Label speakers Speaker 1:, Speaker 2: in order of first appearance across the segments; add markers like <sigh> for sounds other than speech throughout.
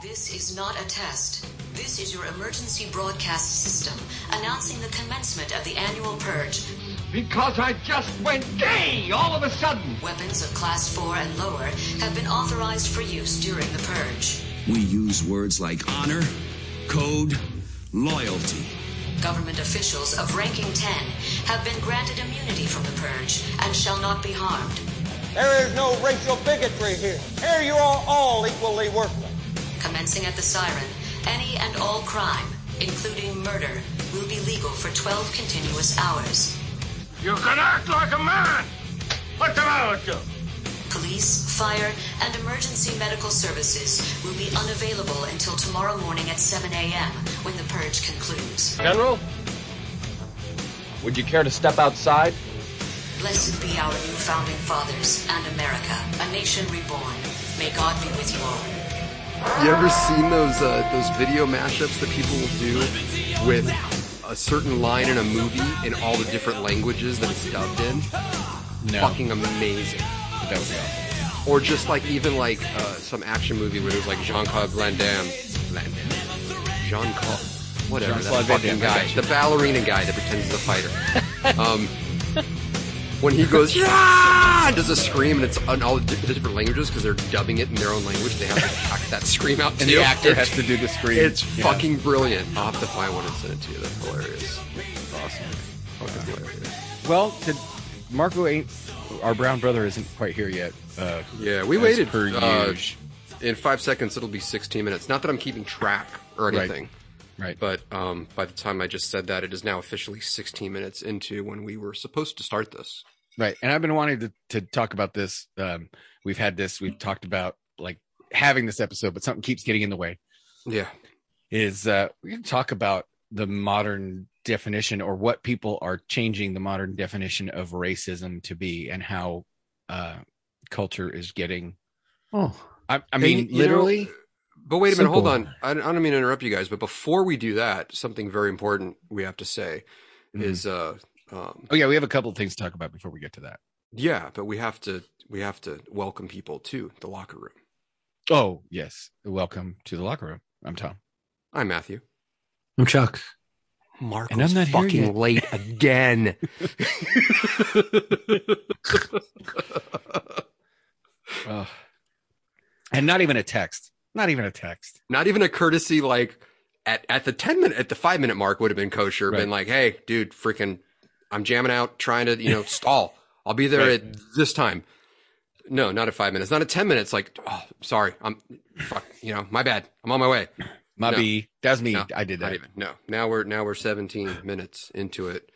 Speaker 1: This is not a test. This is your emergency broadcast system announcing the commencement of the annual purge.
Speaker 2: Because I just went gay all of a sudden.
Speaker 1: Weapons of class 4 and lower have been authorized for use during the purge.
Speaker 3: We use words like honor, code, loyalty.
Speaker 1: Government officials of ranking 10 have been granted immunity from the purge and shall not be harmed.
Speaker 4: There is no racial bigotry here. Here you are all equally worthless.
Speaker 1: Commencing at the siren, any and all crime, including murder, will be legal for 12 continuous hours.
Speaker 5: You can act like a man. What's the matter with you?
Speaker 1: Police, fire, and emergency medical services will be unavailable until tomorrow morning at 7 a.m. when the purge concludes.
Speaker 6: General, would you care to step outside?
Speaker 1: Blessed be our new founding fathers and America, a nation reborn. May God be with you all.
Speaker 7: You ever seen those uh, those video mashups that people will do with a certain line in a movie in all the different languages that it's dubbed in?
Speaker 8: No.
Speaker 7: Fucking amazing.
Speaker 8: That would be awesome.
Speaker 7: Or just like even like uh, some action movie where it was like Jean Claude Van Damme, Van Damme, Jean Claude, whatever
Speaker 8: Jean-Claude
Speaker 7: that
Speaker 8: Van
Speaker 7: fucking
Speaker 8: Damme, I
Speaker 7: guy,
Speaker 8: got you.
Speaker 7: the ballerina guy that pretends he's a fighter. um, when he goes yeah, and does a scream and it's on all the di- the different languages because they're dubbing it in their own language. They have to act that scream out.
Speaker 8: And
Speaker 7: too.
Speaker 8: the actor
Speaker 7: It's
Speaker 8: has to do the screen.
Speaker 7: It's
Speaker 8: Yeah.
Speaker 7: fucking brilliant. I'll have to find one and send it to you. That's hilarious. That's awesome. Fucking hilarious.
Speaker 8: Well, did Marco ain't our brown brother isn't quite here yet. Uh,
Speaker 7: Yeah, we
Speaker 8: as
Speaker 7: waited.
Speaker 8: per
Speaker 7: uh,
Speaker 8: usual.
Speaker 7: in five seconds, it'll be 16 minutes. Not that I'm keeping track or
Speaker 8: Right.
Speaker 7: anything,
Speaker 8: right,
Speaker 7: but um, by the time I just said that, it is now officially 16 minutes into when we were supposed to start this.
Speaker 8: right. And I've been wanting to, to talk about this. Um, we've had this. We've talked about like having this episode, but something keeps getting in the way.
Speaker 7: Yeah.
Speaker 8: is uh, we can talk about the modern definition or what people are changing the modern definition of racism to be and how uh, culture is getting.
Speaker 9: Oh,
Speaker 8: I, I
Speaker 7: And
Speaker 8: mean,
Speaker 7: you know-
Speaker 8: literally,
Speaker 7: But wait a minute, hold
Speaker 9: Simple.
Speaker 7: on. I don't, I don't mean to interrupt you guys, but before we do that, something very important we have to say
Speaker 8: Mhm.
Speaker 7: is, uh, um,
Speaker 8: oh, yeah, we have a couple of things to talk about before we get to that.
Speaker 7: yeah, but we have to we have to welcome people to the locker room.
Speaker 8: Oh, yes. Welcome to the locker room. I'm Tom.
Speaker 7: I'm Matthew.
Speaker 9: I'm Chuck.
Speaker 7: Mark
Speaker 8: And I'm not here yet.
Speaker 7: late again.
Speaker 8: <laughs> Ugh. and not even a text. Not even a text.
Speaker 7: not even a courtesy like at, at the 10 minute at the 5 minute mark would have been kosher been like hey dude freaking i'm jamming out trying to you know stall i'll be there
Speaker 8: Right.
Speaker 7: at this time no not at 5 minutes not at 10 minutes like oh sorry i'm fuck you know my bad i'm on my way
Speaker 8: My
Speaker 7: No.
Speaker 8: B. That was me.
Speaker 7: No,
Speaker 8: I did
Speaker 7: not
Speaker 8: that.
Speaker 7: even no now we're now we're 17 minutes into it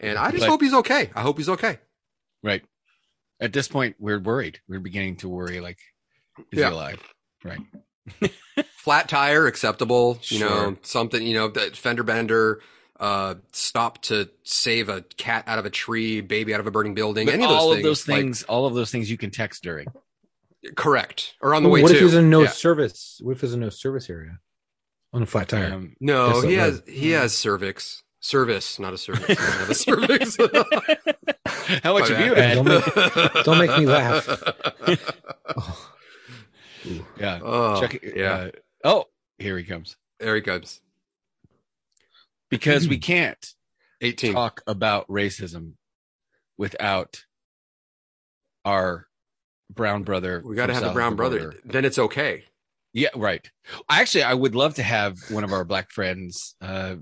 Speaker 7: and i just
Speaker 8: But-
Speaker 7: hope he's okay i hope he's okay
Speaker 8: Right. At this point, we're worried. We're beginning to worry like, is
Speaker 7: Yeah.
Speaker 8: he alive? Right.
Speaker 7: flat tire acceptable you know
Speaker 8: Sure.
Speaker 7: something you know that fender bender uh stop to save a cat out of a tree baby out of a burning building
Speaker 8: But
Speaker 7: any
Speaker 8: all
Speaker 7: of those things,
Speaker 8: all of those things you can text during.
Speaker 7: like, correct or on the way
Speaker 9: what
Speaker 7: to
Speaker 9: if there's a no
Speaker 7: Yeah.
Speaker 9: service? What if there's a no service area on a flat tire?
Speaker 8: Um, <laughs>
Speaker 7: no
Speaker 9: That's
Speaker 7: he
Speaker 9: what-
Speaker 7: has he has cervix service not a cervix he doesn't have a cervix
Speaker 8: how much
Speaker 7: My
Speaker 8: have you
Speaker 7: bad.
Speaker 9: Don't
Speaker 8: had?
Speaker 9: make- don't make me laugh. Oh.
Speaker 8: Yeah.
Speaker 7: <laughs> oh
Speaker 8: Check it.
Speaker 7: yeah
Speaker 8: Uh, oh, here he comes.
Speaker 7: there he comes
Speaker 8: Because we can't
Speaker 7: 18
Speaker 8: Hmm. talk about racism without our brown brother.
Speaker 7: we got to
Speaker 8: from
Speaker 7: have the
Speaker 8: south
Speaker 7: brown
Speaker 8: of
Speaker 7: brother
Speaker 8: border.
Speaker 7: then it's okay
Speaker 8: Yeah, right. Actually, I would love to have one of our black friends uh,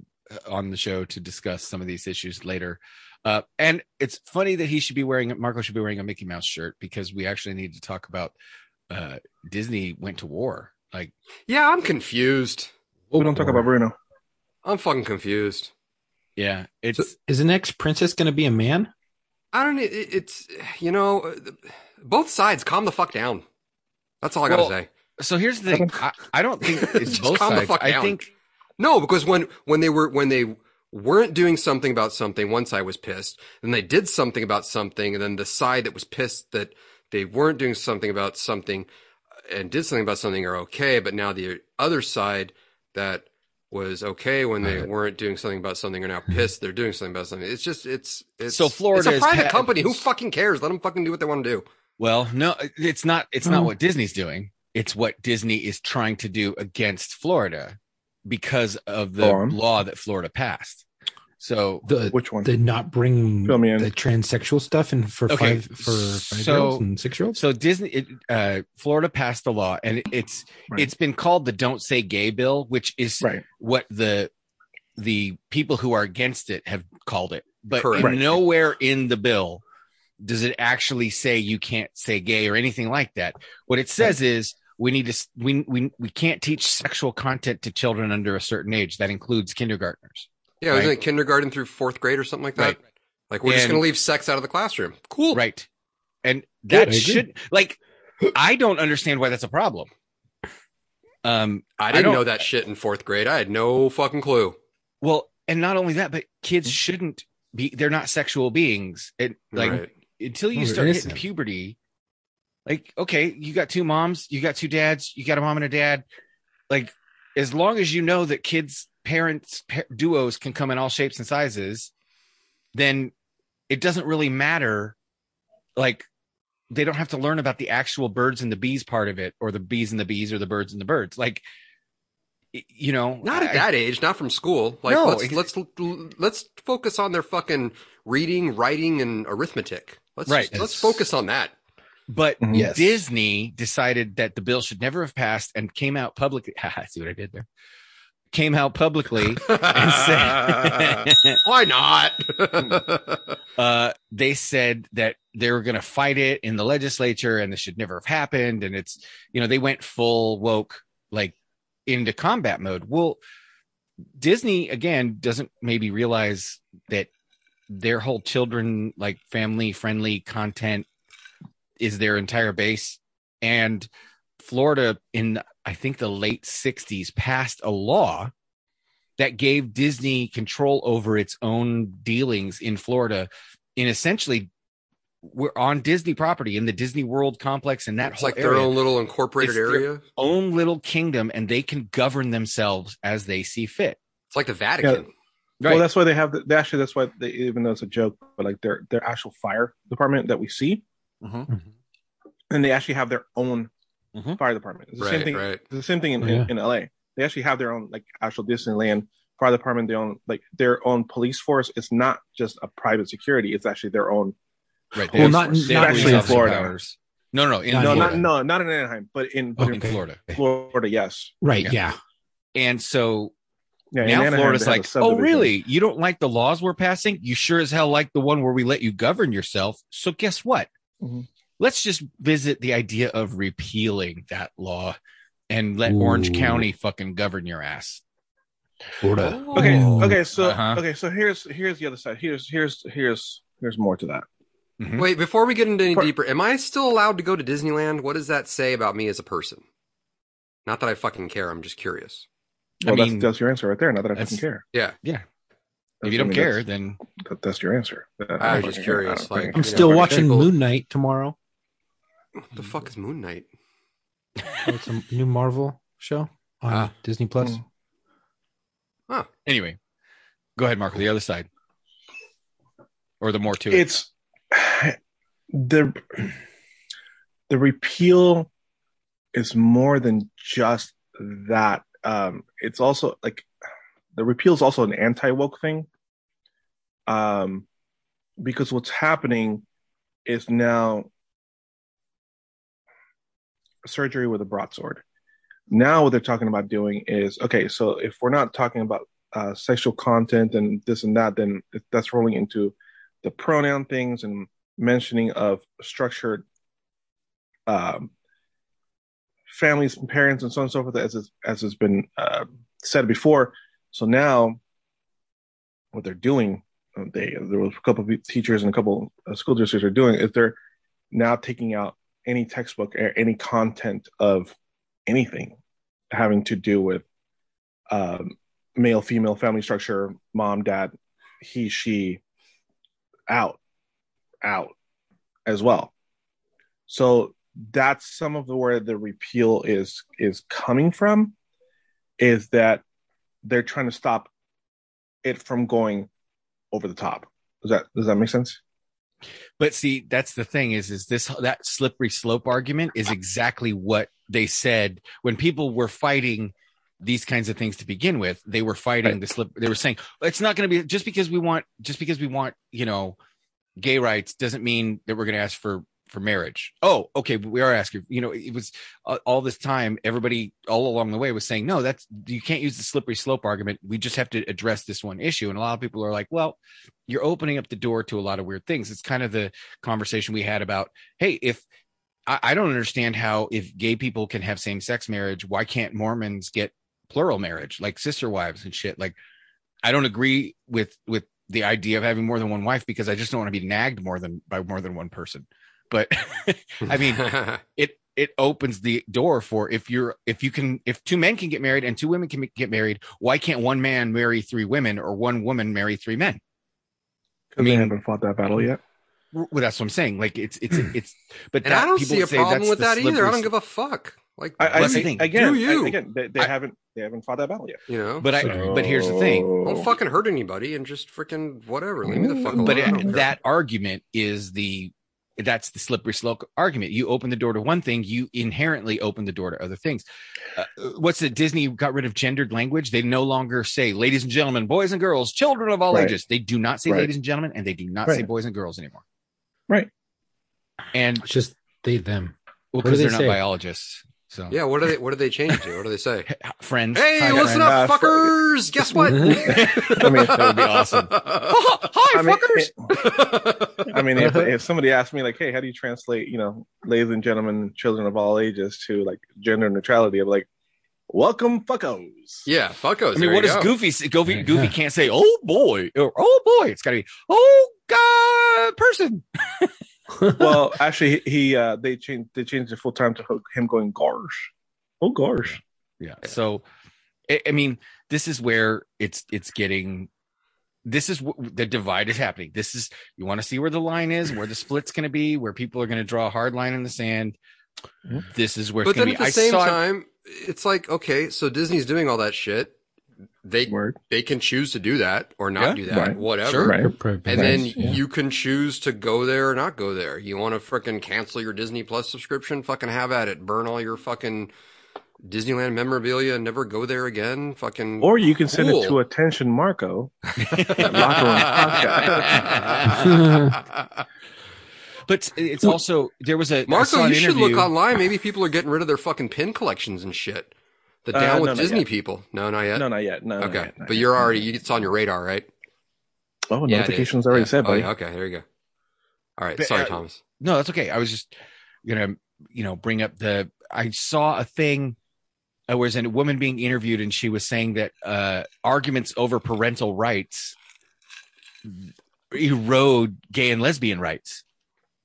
Speaker 8: on the show to discuss some of these issues later. Uh, and it's funny that he should be wearing Marco should be wearing a Mickey Mouse shirt because we actually need to talk about uh, Disney went to war. Like,
Speaker 7: yeah i'm confused
Speaker 10: We don't talk about Bruno.
Speaker 7: i'm fucking confused
Speaker 8: yeah, it's
Speaker 9: So is the next princess going to be a man?
Speaker 7: I don't. It, it's you know, uh, both sides calm the fuck down. That's all I gotta
Speaker 8: Well-
Speaker 7: say.
Speaker 8: so. Here's
Speaker 7: <laughs>
Speaker 8: the thing: I, I don't think it's
Speaker 7: Just
Speaker 8: both
Speaker 7: calm the
Speaker 8: sides.
Speaker 7: fuck
Speaker 8: I
Speaker 7: down.
Speaker 8: think
Speaker 7: No, because when when they were when they weren't doing something about something, one side was pissed. Then they did something about something, and then the side that was pissed that they weren't doing something about something uh, and did something about something are okay. But now the other side that was okay when they
Speaker 8: Right. Hmm.
Speaker 7: weren't doing something about something are now pissed. They're doing something about something. It's just it's it's
Speaker 8: So Florida
Speaker 7: It's a
Speaker 8: is
Speaker 7: private
Speaker 8: pa-
Speaker 7: company. Who fucking cares? Let them fucking do what they want to do.
Speaker 8: Well, no, it's not. It's not what Disney's doing. it's what Disney is trying to do against Florida because of the
Speaker 10: Go on.
Speaker 8: law that Florida passed. So
Speaker 9: The,
Speaker 10: Which one?
Speaker 9: Did not bring
Speaker 10: Fill me in.
Speaker 9: the transsexual stuff in for
Speaker 8: Okay,
Speaker 9: five for five
Speaker 8: so-
Speaker 9: year olds and six year olds.
Speaker 8: so Disney it, uh Florida passed the law and it- it's
Speaker 10: Right.
Speaker 8: it's been called the don't say gay bill which is
Speaker 10: right.
Speaker 8: what the the people who are against it have called it but
Speaker 7: Correct.
Speaker 10: Right.
Speaker 8: nowhere in the bill does it actually say you can't say gay or anything like that what it says is we need to s- we, we we can't teach sexual content to children under a certain age that includes kindergartners
Speaker 7: Yeah, wasn't
Speaker 8: Right.
Speaker 7: it kindergarten through fourth grade or something like that? Like we're just
Speaker 8: And-
Speaker 7: going to leave sex out of the classroom. Cool.
Speaker 8: right and
Speaker 9: Good, I
Speaker 8: that
Speaker 9: agree.
Speaker 8: should like i don't understand why that's a problem um
Speaker 7: I didn't
Speaker 8: don't-
Speaker 7: know that shit in fourth grade. I had no fucking clue.
Speaker 8: Well, and not only that, but kids shouldn't be they're not sexual beings. And like
Speaker 7: Right.
Speaker 8: until you
Speaker 9: Well, they're
Speaker 8: start hitting
Speaker 9: innocent.
Speaker 8: puberty, like, okay, you got two moms, you got two dads, you got a mom and a dad. Like, as long as you know that kids, parents, pa- duos can come in all shapes and sizes, then it doesn't really matter. Like, they don't have to learn about the actual birds and the bees part of it, or the bees and the bees, or the birds and the birds. Like, y- you know,
Speaker 7: Not at
Speaker 8: I-
Speaker 7: that age, not from school. Like
Speaker 8: No,
Speaker 7: let's
Speaker 8: ex-
Speaker 7: let's let's focus on their fucking reading, writing, and arithmetic. Let's
Speaker 8: Right.
Speaker 7: just- let's focus on that.
Speaker 8: But
Speaker 10: Mhm.
Speaker 9: Yes.
Speaker 8: Disney decided that the bill should never have passed and came out publicly. <laughs> I see what I did there. Came out publicly and said,
Speaker 7: Why not?
Speaker 8: Hmm.
Speaker 7: <laughs>
Speaker 8: uh, they said that they were going to fight it in the legislature and this should never have happened. And it's, you know, they went full woke, like into combat mode. Well, Disney, again, doesn't maybe realize that their whole children, like family friendly content is their entire base. And Florida, in I think the late 60s, passed a law that gave Disney control over its own dealings in Florida. In essentially, we're on Disney property in the Disney World complex and that
Speaker 7: it's
Speaker 8: whole
Speaker 7: like
Speaker 8: area
Speaker 7: their own little incorporated
Speaker 8: It's their-
Speaker 7: area.
Speaker 8: own little kingdom and they can govern themselves as they see fit.
Speaker 7: It's like the Vatican.
Speaker 10: Well, that's why they have. The, actually, that's why they, even though it's a joke, but like their their actual fire department that we see,
Speaker 8: Mm-hmm.
Speaker 10: Mm-hmm. and they actually have their own
Speaker 8: Mhm.
Speaker 10: fire department. It's the
Speaker 7: Right,
Speaker 10: same thing.
Speaker 7: right.
Speaker 10: It's the same thing in,
Speaker 9: Oh, yeah.
Speaker 10: in, in LA. They actually have their own like actual Disneyland fire department. Their own like their own police force. It's not just a private security. It's actually their own.
Speaker 8: Right.
Speaker 9: Well, not-
Speaker 8: They have
Speaker 9: not
Speaker 8: police
Speaker 9: actually in
Speaker 8: officer
Speaker 10: Florida.
Speaker 8: powers. No, no, no, in
Speaker 9: Not
Speaker 10: no,
Speaker 8: Florida.
Speaker 10: not no, not in Anaheim, but in but
Speaker 8: in
Speaker 9: Okay.
Speaker 8: Florida.
Speaker 10: in Florida. Yes.
Speaker 9: right,
Speaker 8: yeah.
Speaker 9: yeah.
Speaker 8: And so
Speaker 10: Yeah. in
Speaker 8: now
Speaker 10: Anaheim,
Speaker 8: Florida's
Speaker 10: they have a
Speaker 8: like, oh,
Speaker 10: subdivision."
Speaker 8: really? You don't like the laws we're passing? You sure as hell like the one where we let you govern yourself. So guess what?
Speaker 10: Mhm.
Speaker 8: Let's just visit the idea of repealing that law and let
Speaker 9: Ooh.
Speaker 8: Orange County fucking govern your ass.
Speaker 9: Florida.
Speaker 10: Okay.
Speaker 9: Oh.
Speaker 10: Okay. So
Speaker 8: Uh-huh.
Speaker 10: okay. So here's here's the other side. Here's here's here's here's more to that.
Speaker 8: Mhm.
Speaker 7: Wait, before we get into any
Speaker 10: For-
Speaker 7: deeper, am I still allowed to go to Disneyland? What does that say about me as a person? Not that I fucking care. I'm just curious.
Speaker 8: I
Speaker 10: Well,
Speaker 8: mean,
Speaker 10: that's, that's your answer right there. Not that I fucking
Speaker 8: that's-
Speaker 10: care.
Speaker 7: Yeah.
Speaker 8: Yeah.
Speaker 10: That's-
Speaker 8: If you
Speaker 10: I
Speaker 8: don't
Speaker 10: mean,
Speaker 8: care,
Speaker 10: that's-
Speaker 8: then
Speaker 10: that, that's your answer. That-
Speaker 7: I was
Speaker 10: don't
Speaker 7: just
Speaker 10: fucking care.
Speaker 7: curious,
Speaker 10: I don't fucking
Speaker 7: like-
Speaker 9: I'm
Speaker 10: care.
Speaker 9: still
Speaker 7: Yeah,
Speaker 9: watching
Speaker 7: people-
Speaker 9: Moon Knight
Speaker 7: <laughs>
Speaker 9: tomorrow.
Speaker 7: What the fuck is Moon Knight?
Speaker 9: Oh, it's a new Marvel show on
Speaker 7: Ah.
Speaker 9: Disney Plus.
Speaker 10: Mm.
Speaker 8: anyway, go ahead, Marco. The other side, or the more to it.
Speaker 10: it's the the repeal is more than just that um it's also like the repeal is also an anti-woke thing um because what's happening is now surgery with a broadsword now what they're talking about doing is okay so if we're not talking about uh, sexual content and this and that then that's rolling into the pronoun things and mentioning of structured um, families and parents and so on and so forth as is, as has been uh, said before. So now, what they're doing, uh, they there was a couple of teachers and a couple of school districts are doing is they're now taking out any textbook or any content of anything having to do with um, male female family structure, mom dad, he she, out out as well so that's some of the where the repeal is is coming from is that they're trying to stop it from going over the top does that does that make sense
Speaker 8: but see, that's the thing is, is this that slippery slope argument is exactly what they said when people were fighting these kinds of things to begin with, they were fighting the slip. They were saying it's not going to be just because we want just because we want you know gay rights doesn't mean that we're going to ask for for marriage. Oh, okay, but we are asking. You know, it was uh, all this time. Everybody all along the way was saying, no, that's you can't use the slippery slope argument. We just have to address this one issue. And a lot of people are like, well, you're opening up the door to a lot of weird things. It's kind of the conversation we had about, hey, if I, I don't understand how if gay people can have same sex marriage, why can't Mormons get plural marriage, like sister wives and shit? Like, I don't agree with with the idea of having more than one wife because I just don't want to be nagged more than by more than one person but <laughs> i
Speaker 7: <laughs>
Speaker 8: mean it it opens the door for if you're if you can if two men can get married and two women can get married why can't one man marry three women or one woman marry three men
Speaker 10: I mean, they haven't fought that battle yet.
Speaker 8: well that's what i'm saying like it's it's it's but
Speaker 7: and I
Speaker 8: that-
Speaker 7: don't
Speaker 8: people
Speaker 7: see a
Speaker 8: say
Speaker 7: problem
Speaker 8: that's
Speaker 7: with
Speaker 8: the
Speaker 7: that either. I
Speaker 8: slippery
Speaker 7: don't give a fuck. Like,
Speaker 10: I, I,
Speaker 8: That's the
Speaker 10: think-
Speaker 8: thing.
Speaker 10: again,
Speaker 7: Do you.
Speaker 10: I- again, they, they
Speaker 8: I-
Speaker 10: haven't they haven't fought that battle yet. Oh.
Speaker 7: you know,
Speaker 8: but i but here's the thing
Speaker 7: don't fucking hurt anybody and just freaking whatever. Leave me the
Speaker 10: Oh,
Speaker 7: fuck alone.
Speaker 8: but
Speaker 7: I don't care.
Speaker 8: it, that argument is the that's the slippery slope argument you open the door to one thing you inherently open the door to other things uh, what's it disney got rid of gendered language they no longer say ladies and gentlemen boys and girls children of all
Speaker 10: Right.
Speaker 8: ages they do not say
Speaker 10: Right.
Speaker 8: ladies and gentlemen and they do not say
Speaker 10: Right.
Speaker 8: boys and girls anymore
Speaker 10: Right.
Speaker 8: and
Speaker 9: It's just they them.
Speaker 8: well
Speaker 9: What do
Speaker 8: because
Speaker 9: they
Speaker 8: they are not
Speaker 9: say?
Speaker 8: biologists so
Speaker 7: yeah. What do they? What do they change to? What do they
Speaker 8: <laughs>
Speaker 7: say?
Speaker 8: friends
Speaker 7: Hey,
Speaker 8: hi,
Speaker 7: listen
Speaker 8: friend.
Speaker 7: up,
Speaker 10: Uh, for-
Speaker 7: fuckers! Guess
Speaker 8: <laughs>
Speaker 7: what? <laughs>
Speaker 10: I mean,
Speaker 8: that would be awesome hi
Speaker 10: I mean,
Speaker 8: fuckers
Speaker 10: I mean, if, if somebody asked me like, "Hey, how do you translate, you know, ladies and gentlemen, children of all ages to like gender neutrality?" I'm like, "Welcome, fuckos."
Speaker 7: <laughs> yeah, fuckos.
Speaker 8: I mean, what
Speaker 7: what
Speaker 8: does
Speaker 7: is go.
Speaker 8: Goofy say? Goofy,
Speaker 9: Yeah. <laughs>
Speaker 8: Goofy can't say, oh boy, or oh boy. It's got to be, oh, God, person.
Speaker 10: Well, actually, he uh, they changed they changed it full time to ho- him going gosh, oh gosh.
Speaker 8: Yeah. So, I, I mean, this is where it's, it's getting, this is wh- the divide is happening. This is, you want to see where the line is, where the split's going to be, where people are going to draw a hard line in the sand. This is where it's
Speaker 7: But then
Speaker 8: going to be.
Speaker 7: at the
Speaker 8: I
Speaker 7: same
Speaker 8: saw,
Speaker 7: time, it's like okay, so Disney's doing all that shit. They
Speaker 10: Word.
Speaker 7: they can choose to do that or not
Speaker 8: Yeah.
Speaker 7: do that,
Speaker 10: Right.
Speaker 7: whatever.
Speaker 8: Sure.
Speaker 10: Right.
Speaker 7: <laughs> And then
Speaker 9: Yeah.
Speaker 7: you can choose to go there or not go there. You want to frickin' cancel your Disney Plus subscription? Fucking have at it. Burn all your fucking Disneyland memorabilia and never go there again. Fucking
Speaker 10: Or you can send
Speaker 7: Cool.
Speaker 10: it to attention Marco.
Speaker 7: <laughs>
Speaker 8: but it's also, there was a, I saw
Speaker 7: Marco,
Speaker 8: an
Speaker 7: you should look
Speaker 8: interview-
Speaker 7: online. Maybe people are getting rid of their fucking pin collections and shit. The
Speaker 10: Uh,
Speaker 7: down
Speaker 10: no,
Speaker 7: with
Speaker 10: not
Speaker 7: Disney
Speaker 10: yet.
Speaker 7: people. No, not yet.
Speaker 10: No, not yet. No. not
Speaker 7: okay,
Speaker 10: yet, not
Speaker 7: but
Speaker 10: yet.
Speaker 7: you're already. you- It's on your radar, right? Yeah,
Speaker 10: Oh,
Speaker 7: it is.
Speaker 10: notifications already
Speaker 7: Yeah.
Speaker 10: said, buddy.
Speaker 7: Oh, yeah, okay, there you go. All right,
Speaker 8: But,
Speaker 7: sorry,
Speaker 8: uh,
Speaker 7: Thomas.
Speaker 8: No, that's okay. I was just gonna, you know, bring up the. I saw a thing. I was a woman being interviewed, and she was saying that uh, arguments over parental rights erode gay and lesbian rights.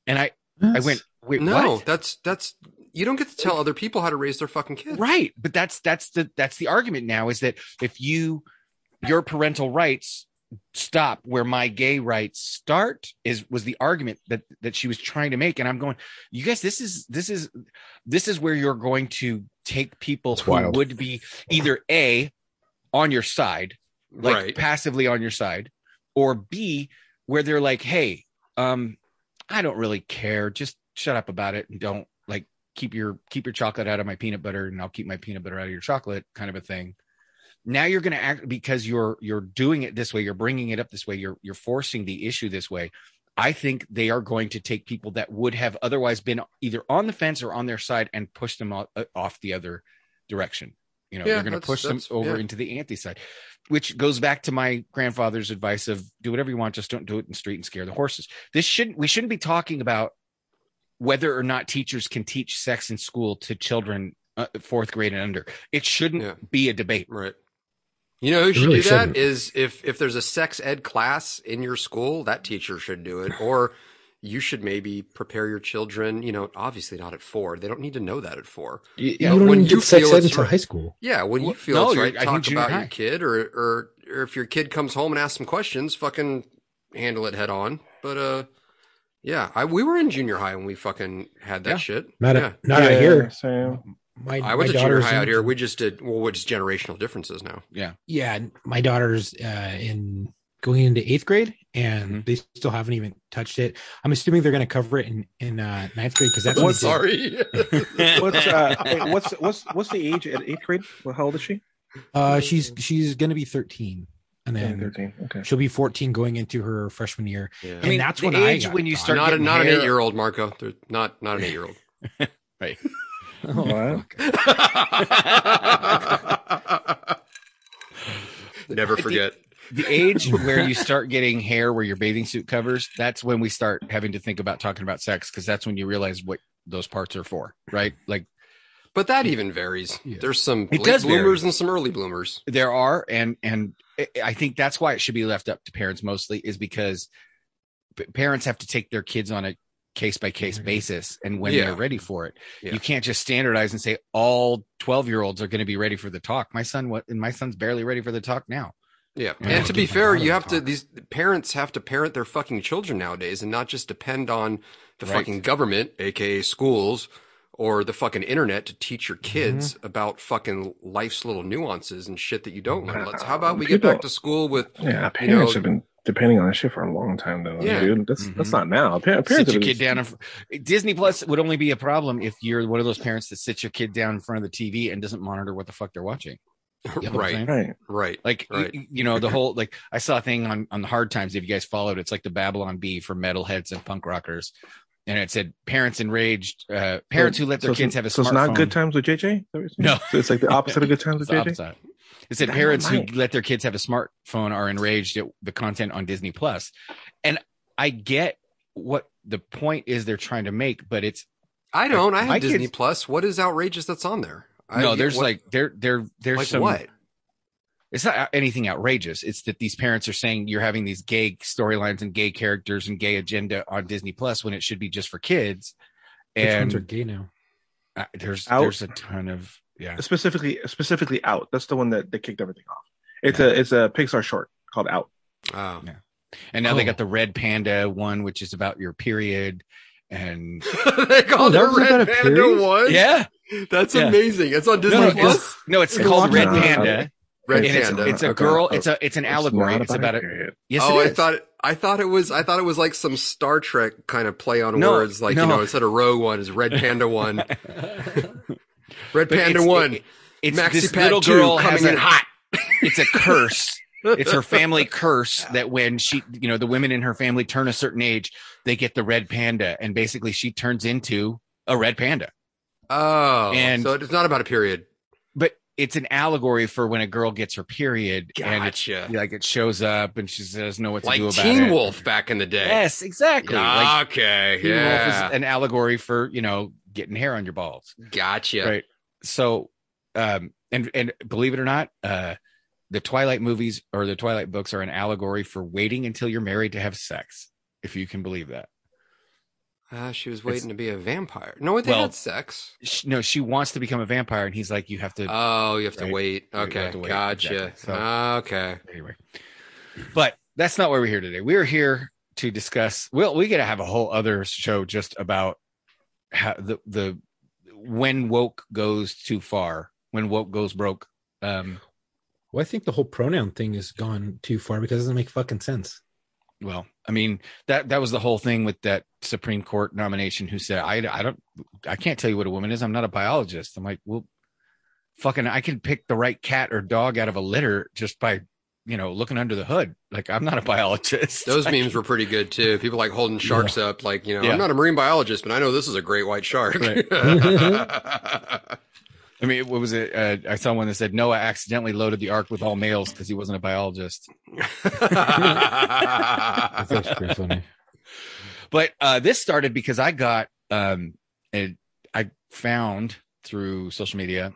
Speaker 8: And I, I went, wait,
Speaker 7: No,
Speaker 8: what?
Speaker 7: that's that's. You don't get to tell other people how to raise their fucking kids.
Speaker 8: right? But that's that's the that's the argument now is that if you your parental rights stop where my gay rights start is was the argument that that she was trying to make and i'm going you guys this is this is this is where you're going to take people
Speaker 9: It's
Speaker 8: who
Speaker 9: wild.
Speaker 8: would be either a on your side like
Speaker 7: right.
Speaker 8: passively on your side or b where they're like hey um i don't really care just shut up about it and don't like keep your keep your chocolate out of my peanut butter and i'll keep my peanut butter out of your chocolate kind of a thing now you're going to act because you're you're doing it this way you're bringing it up this way you're you're forcing the issue this way i think they are going to take people that would have otherwise been either on the fence or on their side and push them o- uh, off the other direction you know
Speaker 7: Yeah,
Speaker 8: they're going to
Speaker 7: that's-
Speaker 8: push them
Speaker 7: that's-
Speaker 8: over
Speaker 7: yeah.
Speaker 8: into the anti side which goes back to my grandfather's advice of do whatever you want, just don't do it in the street and scare the horses. This shouldn't we shouldn't be talking about whether or not teachers can teach sex in school to children uh, fourth grade and under. It shouldn't
Speaker 7: Yeah.
Speaker 8: be a debate.
Speaker 7: Right. You know who should
Speaker 9: really
Speaker 7: do that
Speaker 9: shouldn't.
Speaker 7: is if if there's a sex ed class in your school, that teacher should do it. Or you should maybe prepare your children. You know, obviously not at four. They don't need to know that at four.
Speaker 9: You,
Speaker 7: Yeah,
Speaker 9: you don't
Speaker 7: when
Speaker 9: even
Speaker 7: you
Speaker 9: get sex
Speaker 7: feel
Speaker 9: ed
Speaker 7: it's
Speaker 9: until
Speaker 7: right.
Speaker 9: high school.
Speaker 7: Yeah, when you
Speaker 8: Well,
Speaker 7: feel
Speaker 8: no,
Speaker 7: it's
Speaker 8: you're-
Speaker 7: right,
Speaker 8: I think
Speaker 7: talk
Speaker 8: junior
Speaker 7: about
Speaker 8: high.
Speaker 7: your kid, or, or or if your kid comes home and asks some questions, fucking handle it head on. But uh, yeah, I we were in junior high when we fucking had that
Speaker 8: Yeah.
Speaker 7: shit.
Speaker 9: Not
Speaker 7: yeah,
Speaker 9: out not out
Speaker 10: Yeah,
Speaker 9: here.
Speaker 10: Sam.
Speaker 9: My
Speaker 7: I went
Speaker 9: my
Speaker 7: to junior
Speaker 9: daughter's
Speaker 7: high out
Speaker 9: in-
Speaker 7: here.
Speaker 8: <laughs>
Speaker 7: We just did well, it's generational differences now.
Speaker 9: Yeah, my daughter's uh, in going into eighth grade, and they still haven't even touched it. I'm assuming they're going to cover it in in uh, ninth grade because that's
Speaker 7: I'm
Speaker 9: what they did.
Speaker 7: Oh, sorry.
Speaker 10: What's uh, wait, what's what's what's the age at eighth grade? Well, how old is she?
Speaker 9: Uh, she's she's going to be 13, and
Speaker 10: Yeah,
Speaker 9: then
Speaker 10: Oh, Thirteen.
Speaker 8: <laughs>
Speaker 10: Okay.
Speaker 9: she'll be 14 going into her freshman year.
Speaker 7: Yeah.
Speaker 9: And that's
Speaker 8: the
Speaker 9: when I
Speaker 8: age
Speaker 9: got
Speaker 8: when you <laughs>
Speaker 9: caught.
Speaker 8: start
Speaker 7: not a,
Speaker 8: getting
Speaker 7: not an
Speaker 8: hair-
Speaker 7: eight year old, Marco. They're not not an
Speaker 8: <laughs>
Speaker 7: eight year old.
Speaker 8: Oh,
Speaker 10: Wow.
Speaker 7: Never
Speaker 8: <laughs>
Speaker 7: forget.
Speaker 8: the age where you start getting hair where your bathing suit covers that's when we start having to think about talking about sex because that's when you realize what those parts are for right like
Speaker 7: But that even varies.
Speaker 8: Yeah.
Speaker 7: There's some
Speaker 8: It
Speaker 7: late
Speaker 8: does vary.
Speaker 7: bloomers and some early bloomers.
Speaker 8: there are and and I- i think that's why it should be left up to parents mostly is because p- parents have to take their kids on a case by case basis and when
Speaker 7: Mm-hmm. Yeah.
Speaker 8: they're ready for it
Speaker 7: Yeah.
Speaker 8: you can't just standardize and say all 12 year olds are going to be ready for the talk my son what and my son's barely ready for the talk now
Speaker 7: Yeah.
Speaker 8: Yeah,
Speaker 7: and to be
Speaker 8: different
Speaker 7: fair,
Speaker 8: part of
Speaker 7: you
Speaker 8: the
Speaker 7: have to
Speaker 8: talk.
Speaker 7: these parents have to parent their fucking children nowadays and not just depend on the
Speaker 8: Right.
Speaker 7: fucking government, aka schools, or the fucking internet to teach your kids
Speaker 8: Mm-hmm.
Speaker 7: about fucking life's little nuances and shit that you don't learn. Let's how about we get back to
Speaker 10: People-
Speaker 7: school with <laughs>
Speaker 10: Yeah,
Speaker 7: You know-
Speaker 10: parents have been depending on that shit for a long time, though.
Speaker 7: Yeah.
Speaker 10: dude, that's that's
Speaker 8: Mhm.
Speaker 10: not now. Pa-
Speaker 8: sit
Speaker 10: parents
Speaker 8: your
Speaker 10: have
Speaker 8: kid
Speaker 10: been,
Speaker 8: down. In, fr- Disney Plus would only be a problem if you're one of those parents that sits your kid down in front of the TV and doesn't monitor what the fuck they're watching. You know what I'm
Speaker 7: right,
Speaker 8: saying?
Speaker 10: <laughs> right.
Speaker 7: right.
Speaker 8: Like y-
Speaker 7: Right.
Speaker 8: y- you know the whole like I saw a thing on on the hard times if you guys followed it's like the Babylon Bee for metalheads and punk rockers and it said parents enraged uh parents who let their
Speaker 10: So it's-
Speaker 8: kids have a
Speaker 10: so
Speaker 8: smartphone
Speaker 10: it's not good times with JJ. Is that what you're saying?
Speaker 8: No.
Speaker 10: so it's like the
Speaker 8: <laughs>
Speaker 10: opposite of good times with
Speaker 8: It's the
Speaker 10: JJ.
Speaker 8: opposite. It said
Speaker 10: That's
Speaker 8: parents who
Speaker 10: right.
Speaker 8: let their kids have a smartphone are enraged at the content on Disney Plus. And I get what the point is they're trying to make, but it's
Speaker 7: I don't. I
Speaker 8: My
Speaker 7: have
Speaker 8: kids-
Speaker 7: Disney Plus. What is outrageous that's on there? I-
Speaker 8: no, there's
Speaker 7: what-
Speaker 8: like there there there's
Speaker 7: like
Speaker 8: some.
Speaker 7: what?
Speaker 8: It's not anything outrageous. It's that these parents are saying you're having these gay storylines and gay characters and gay agenda on Disney Plus when it should be just for kids.
Speaker 9: Which ones are
Speaker 8: And
Speaker 9: gay now?
Speaker 8: uh, there's
Speaker 10: Out.
Speaker 8: there's a ton of yeah.
Speaker 10: Specifically, specifically out. That's the one that they kicked everything off. It's a it's a Pixar short called Out.
Speaker 7: Oh.
Speaker 8: And now they
Speaker 9: Oh.
Speaker 8: got the Red Panda one, which is about your period. And
Speaker 7: <laughs> they
Speaker 8: Oh,
Speaker 7: called
Speaker 9: that
Speaker 7: it
Speaker 9: was about
Speaker 7: Red
Speaker 9: a
Speaker 7: Panda
Speaker 9: period?
Speaker 7: One.
Speaker 8: yeah,
Speaker 7: that's
Speaker 8: Yeah.
Speaker 7: amazing. It's on Disney
Speaker 8: no,
Speaker 7: Plus.
Speaker 8: no, it's
Speaker 9: They
Speaker 8: called
Speaker 9: called
Speaker 8: Red
Speaker 10: it-
Speaker 8: Panda.
Speaker 7: Red
Speaker 8: and it's,
Speaker 7: Panda.
Speaker 8: it's a
Speaker 10: Okay.
Speaker 8: girl.
Speaker 10: Oh.
Speaker 8: It's a it's an
Speaker 10: It's
Speaker 8: allegory.
Speaker 10: not
Speaker 8: It's about a
Speaker 10: period.
Speaker 8: yes.
Speaker 7: oh,
Speaker 8: it
Speaker 7: I
Speaker 8: is.
Speaker 7: thought it, I thought it was I thought it was like some Star Trek kind of play on
Speaker 8: No,
Speaker 7: words, like
Speaker 8: no.
Speaker 7: you know, instead of row one is Red Panda
Speaker 8: <laughs>
Speaker 7: one, Red
Speaker 8: But
Speaker 7: Panda
Speaker 8: it's-
Speaker 7: one,
Speaker 8: it- it's
Speaker 7: Maxi
Speaker 8: this
Speaker 7: Pad
Speaker 8: little
Speaker 7: two
Speaker 8: girl
Speaker 7: coming
Speaker 8: has
Speaker 7: in
Speaker 8: a-
Speaker 7: hot.
Speaker 8: it's a curse. It's
Speaker 7: <laughs>
Speaker 8: her family curse that when she, you know, the women in her family turn a certain age, they get the red panda, and basically she turns into a red panda.
Speaker 7: Oh,
Speaker 8: And-
Speaker 7: so it's not about a period.
Speaker 8: But it's an allegory for when a girl gets her period, and it's
Speaker 7: Gotcha.
Speaker 8: like it shows up, and she doesn't know what to
Speaker 7: Like
Speaker 8: do about
Speaker 7: Teen
Speaker 8: it.
Speaker 7: Wolf back in the day. Ah,
Speaker 8: Yes, exactly. Like
Speaker 7: okay.
Speaker 8: Teen
Speaker 7: Yeah.
Speaker 8: Wolf is an allegory for you know getting hair on your balls.
Speaker 7: gotcha.
Speaker 8: Right. so um and and believe it or not uh the twilight movies or the twilight books are an allegory for waiting until you're married to have sex if you can believe that
Speaker 7: Ah, she was waiting to be a vampire. No, they
Speaker 8: Well-
Speaker 7: had sex.
Speaker 8: she, no she wants to become a vampire and he's like you have to
Speaker 7: Oh, you have to
Speaker 8: Right.
Speaker 7: wait.
Speaker 8: You have
Speaker 7: Okay,
Speaker 8: to wait,
Speaker 7: gotcha.
Speaker 8: exactly. So-
Speaker 7: okay,
Speaker 8: anyway but that's not why we're here today we're here to discuss well we gotta have a whole other show just about how the the when woke goes too far when woke goes broke um
Speaker 9: Well, I think the whole pronoun thing has gone too far because it doesn't make fucking sense.
Speaker 8: well i mean that that was the whole thing with that supreme court nomination who said i i don't i can't tell you what a woman is i'm not a biologist i'm like well fucking i can pick the right cat or dog out of a litter just by you know looking under the hood like i'm not a <laughs> biologist
Speaker 7: those memes were pretty good too. People like holding sharks up, like you know,
Speaker 8: Yeah.
Speaker 7: I'm not a marine biologist, but I know this is a great white shark. <laughs>
Speaker 8: Right. i mean what was it uh, i saw one that said noah accidentally loaded the ark with all males because he wasn't a
Speaker 7: <laughs>
Speaker 8: biologist
Speaker 9: That's
Speaker 8: Mm-hmm.
Speaker 9: actually pretty funny.
Speaker 8: but uh, this started because I got um, and I found through social media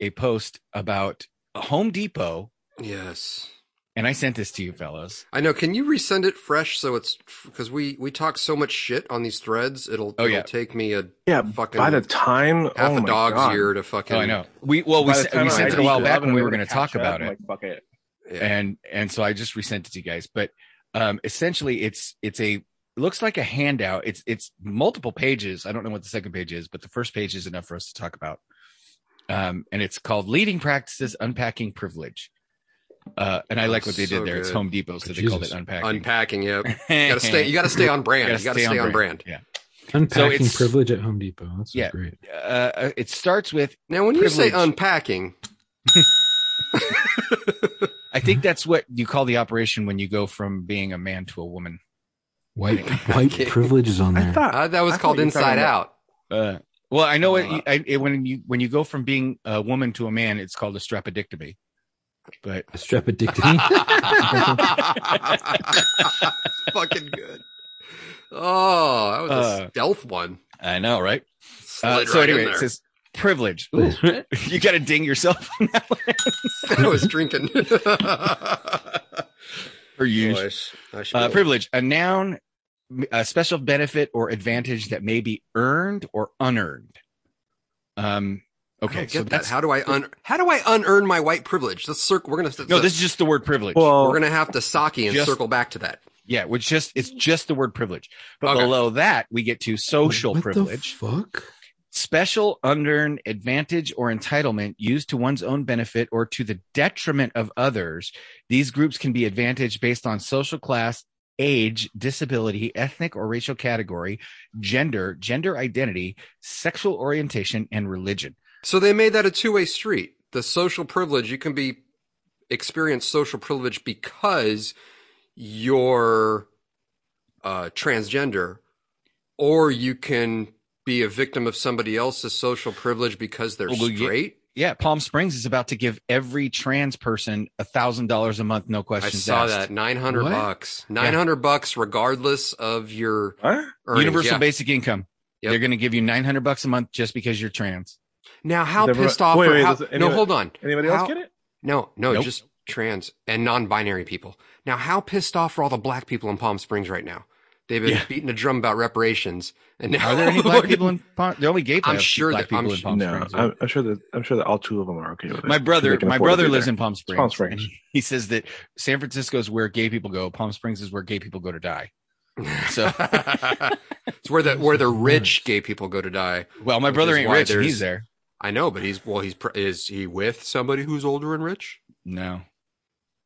Speaker 8: a post about Home Depot,
Speaker 7: yes,
Speaker 8: and I sent this to you fellas.
Speaker 7: I know. Can you resend it fresh so it's because we we talk so much shit on these threads. It'll
Speaker 8: Oh,
Speaker 7: it'll
Speaker 8: yeah.
Speaker 7: take me a
Speaker 10: Yeah,
Speaker 7: Fucking
Speaker 10: by the time
Speaker 7: half
Speaker 10: oh
Speaker 7: a
Speaker 10: my
Speaker 7: dog's
Speaker 10: God.
Speaker 7: ear to fucking.
Speaker 8: Oh, I know. We well we,
Speaker 10: By the
Speaker 8: sent
Speaker 10: time
Speaker 8: we
Speaker 10: I
Speaker 8: sent it a
Speaker 10: eat
Speaker 8: while
Speaker 10: it,
Speaker 8: back
Speaker 10: I'm
Speaker 8: when we
Speaker 10: able
Speaker 8: were going to talk
Speaker 10: catch up.
Speaker 8: about
Speaker 10: I'm
Speaker 8: it,
Speaker 10: Like, fuck it.
Speaker 7: Yeah.
Speaker 8: and and so I just resent it to you guys. But um, essentially, it's it's a it looks like a handout. It's it's multiple pages. I don't know what the second page is, but the first page is enough for us to talk about. Um, and it's called "Leading Practices: Unpacking Privilege." Uh, and I like what they
Speaker 7: So
Speaker 8: did there. It's
Speaker 7: good.
Speaker 8: Home Depot, so they called it
Speaker 9: Jesus.
Speaker 8: unpacking. <laughs>
Speaker 7: Unpacking, yep. You gotta stay you gotta stay on brand. you gotta stay, on, brand.
Speaker 8: Yeah.
Speaker 9: <laughs> Unpacking
Speaker 8: it's-
Speaker 9: privilege at Home Depot. That's
Speaker 8: Yeah.
Speaker 9: great.
Speaker 8: Uh, it starts with
Speaker 7: Now when you say
Speaker 8: Privilege.
Speaker 7: unpacking,
Speaker 8: I think that's what you call the operation when you go from being a man to a woman.
Speaker 9: White white privilege is on there.
Speaker 10: I thought
Speaker 7: uh, that was
Speaker 10: I thought
Speaker 7: called
Speaker 10: you were talking
Speaker 7: inside
Speaker 10: about-
Speaker 7: out.
Speaker 8: Uh, well, I know it, I, it, when you when you go from being a woman to a man, it's called a strepidectomy. But
Speaker 9: Strepidictomy.
Speaker 7: <laughs>
Speaker 9: <laughs>
Speaker 7: Fucking good. Oh, that was a
Speaker 8: Uh,
Speaker 7: stealth one.
Speaker 8: I know, right?
Speaker 7: Slid
Speaker 8: Uh, so
Speaker 7: right in
Speaker 8: anyway,
Speaker 7: there.
Speaker 8: it says privilege. Ooh, <laughs> you got to ding yourself,
Speaker 7: <laughs>
Speaker 8: <laughs>
Speaker 7: I was drinking. <laughs>
Speaker 8: or you
Speaker 7: Boys, Oh, I should
Speaker 8: Uh,
Speaker 7: go.
Speaker 8: privilege, a noun, m- a special benefit or advantage that may be earned or unearned. Um.
Speaker 7: I don't
Speaker 8: Okay,
Speaker 7: get
Speaker 8: so
Speaker 7: that.
Speaker 8: that's
Speaker 7: how do I un- how do I unearn my white privilege? Let's circle. We're gonna
Speaker 8: no. This is just the word privilege.
Speaker 10: Well,
Speaker 7: we're gonna have to Saki and
Speaker 8: Just-
Speaker 7: circle back to that.
Speaker 8: yeah, which just it's just the word privilege. But
Speaker 7: Okay.
Speaker 8: below that, we get to social
Speaker 9: What
Speaker 8: privilege,
Speaker 9: The fuck.
Speaker 8: special unearned advantage or entitlement used to one's own benefit or to the detriment of others. These groups can be advantaged based on social class, age, disability, ethnic or racial category, gender, gender identity, sexual orientation, and religion.
Speaker 7: So they made that a two way street. The social privilege you can be experience social privilege because you're uh, transgender, or you can be a victim of somebody else's social privilege because they're
Speaker 8: Well, yeah.
Speaker 7: straight.
Speaker 8: Yeah, Palm Springs is about to give every trans person a thousand dollars a month, no
Speaker 7: I
Speaker 8: questions
Speaker 7: saw
Speaker 8: asked.
Speaker 7: that nine hundred
Speaker 9: What?
Speaker 7: bucks, nine hundred bucks, regardless of your
Speaker 10: what?
Speaker 7: earnings.
Speaker 8: Universal
Speaker 7: Yeah.
Speaker 8: basic income.
Speaker 7: Yep.
Speaker 8: They're going to give you nine hundred bucks a month just because
Speaker 7: <laughs>
Speaker 8: you're trans.
Speaker 7: Now, how
Speaker 10: Does everyone-
Speaker 7: pissed off?
Speaker 10: wait,
Speaker 7: or
Speaker 10: wait,
Speaker 7: how,
Speaker 10: does
Speaker 7: no,
Speaker 10: anyone-
Speaker 7: hold on.
Speaker 10: Anybody
Speaker 7: How-
Speaker 10: else get it?
Speaker 7: No, no,
Speaker 8: Nope.
Speaker 7: just trans and non-binary people. Now, how pissed off are all the black people in Palm Springs right now? They've been
Speaker 8: Yeah.
Speaker 7: beating a drum about reparations, and now
Speaker 8: Are there any black <laughs> people in Palm? The only gay
Speaker 7: I'm
Speaker 8: black-
Speaker 7: sure
Speaker 8: black
Speaker 7: that- I'm
Speaker 8: people in
Speaker 7: sh-
Speaker 8: Palm
Speaker 10: no,
Speaker 8: Springs.
Speaker 10: I'm, I'm sure that I'm sure that all two of them are okay with it.
Speaker 8: my
Speaker 10: They
Speaker 8: brother,
Speaker 10: can
Speaker 8: my
Speaker 10: afford to
Speaker 8: brother
Speaker 10: be
Speaker 8: lives
Speaker 10: there.
Speaker 8: in Palm Springs.
Speaker 10: Palm Springs.
Speaker 8: and <laughs> He says that San Francisco is where gay people go. Palm Springs is where gay people go to
Speaker 10: <laughs>
Speaker 8: die. So,
Speaker 7: it's where the where the rich gay people go to die.
Speaker 8: well, my
Speaker 7: Which
Speaker 8: brother
Speaker 7: is
Speaker 8: ain't
Speaker 7: why
Speaker 8: rich. and
Speaker 7: there's-
Speaker 8: He's there.
Speaker 7: I know, but he's well, he's pr- is he with somebody who's older and rich?
Speaker 8: No,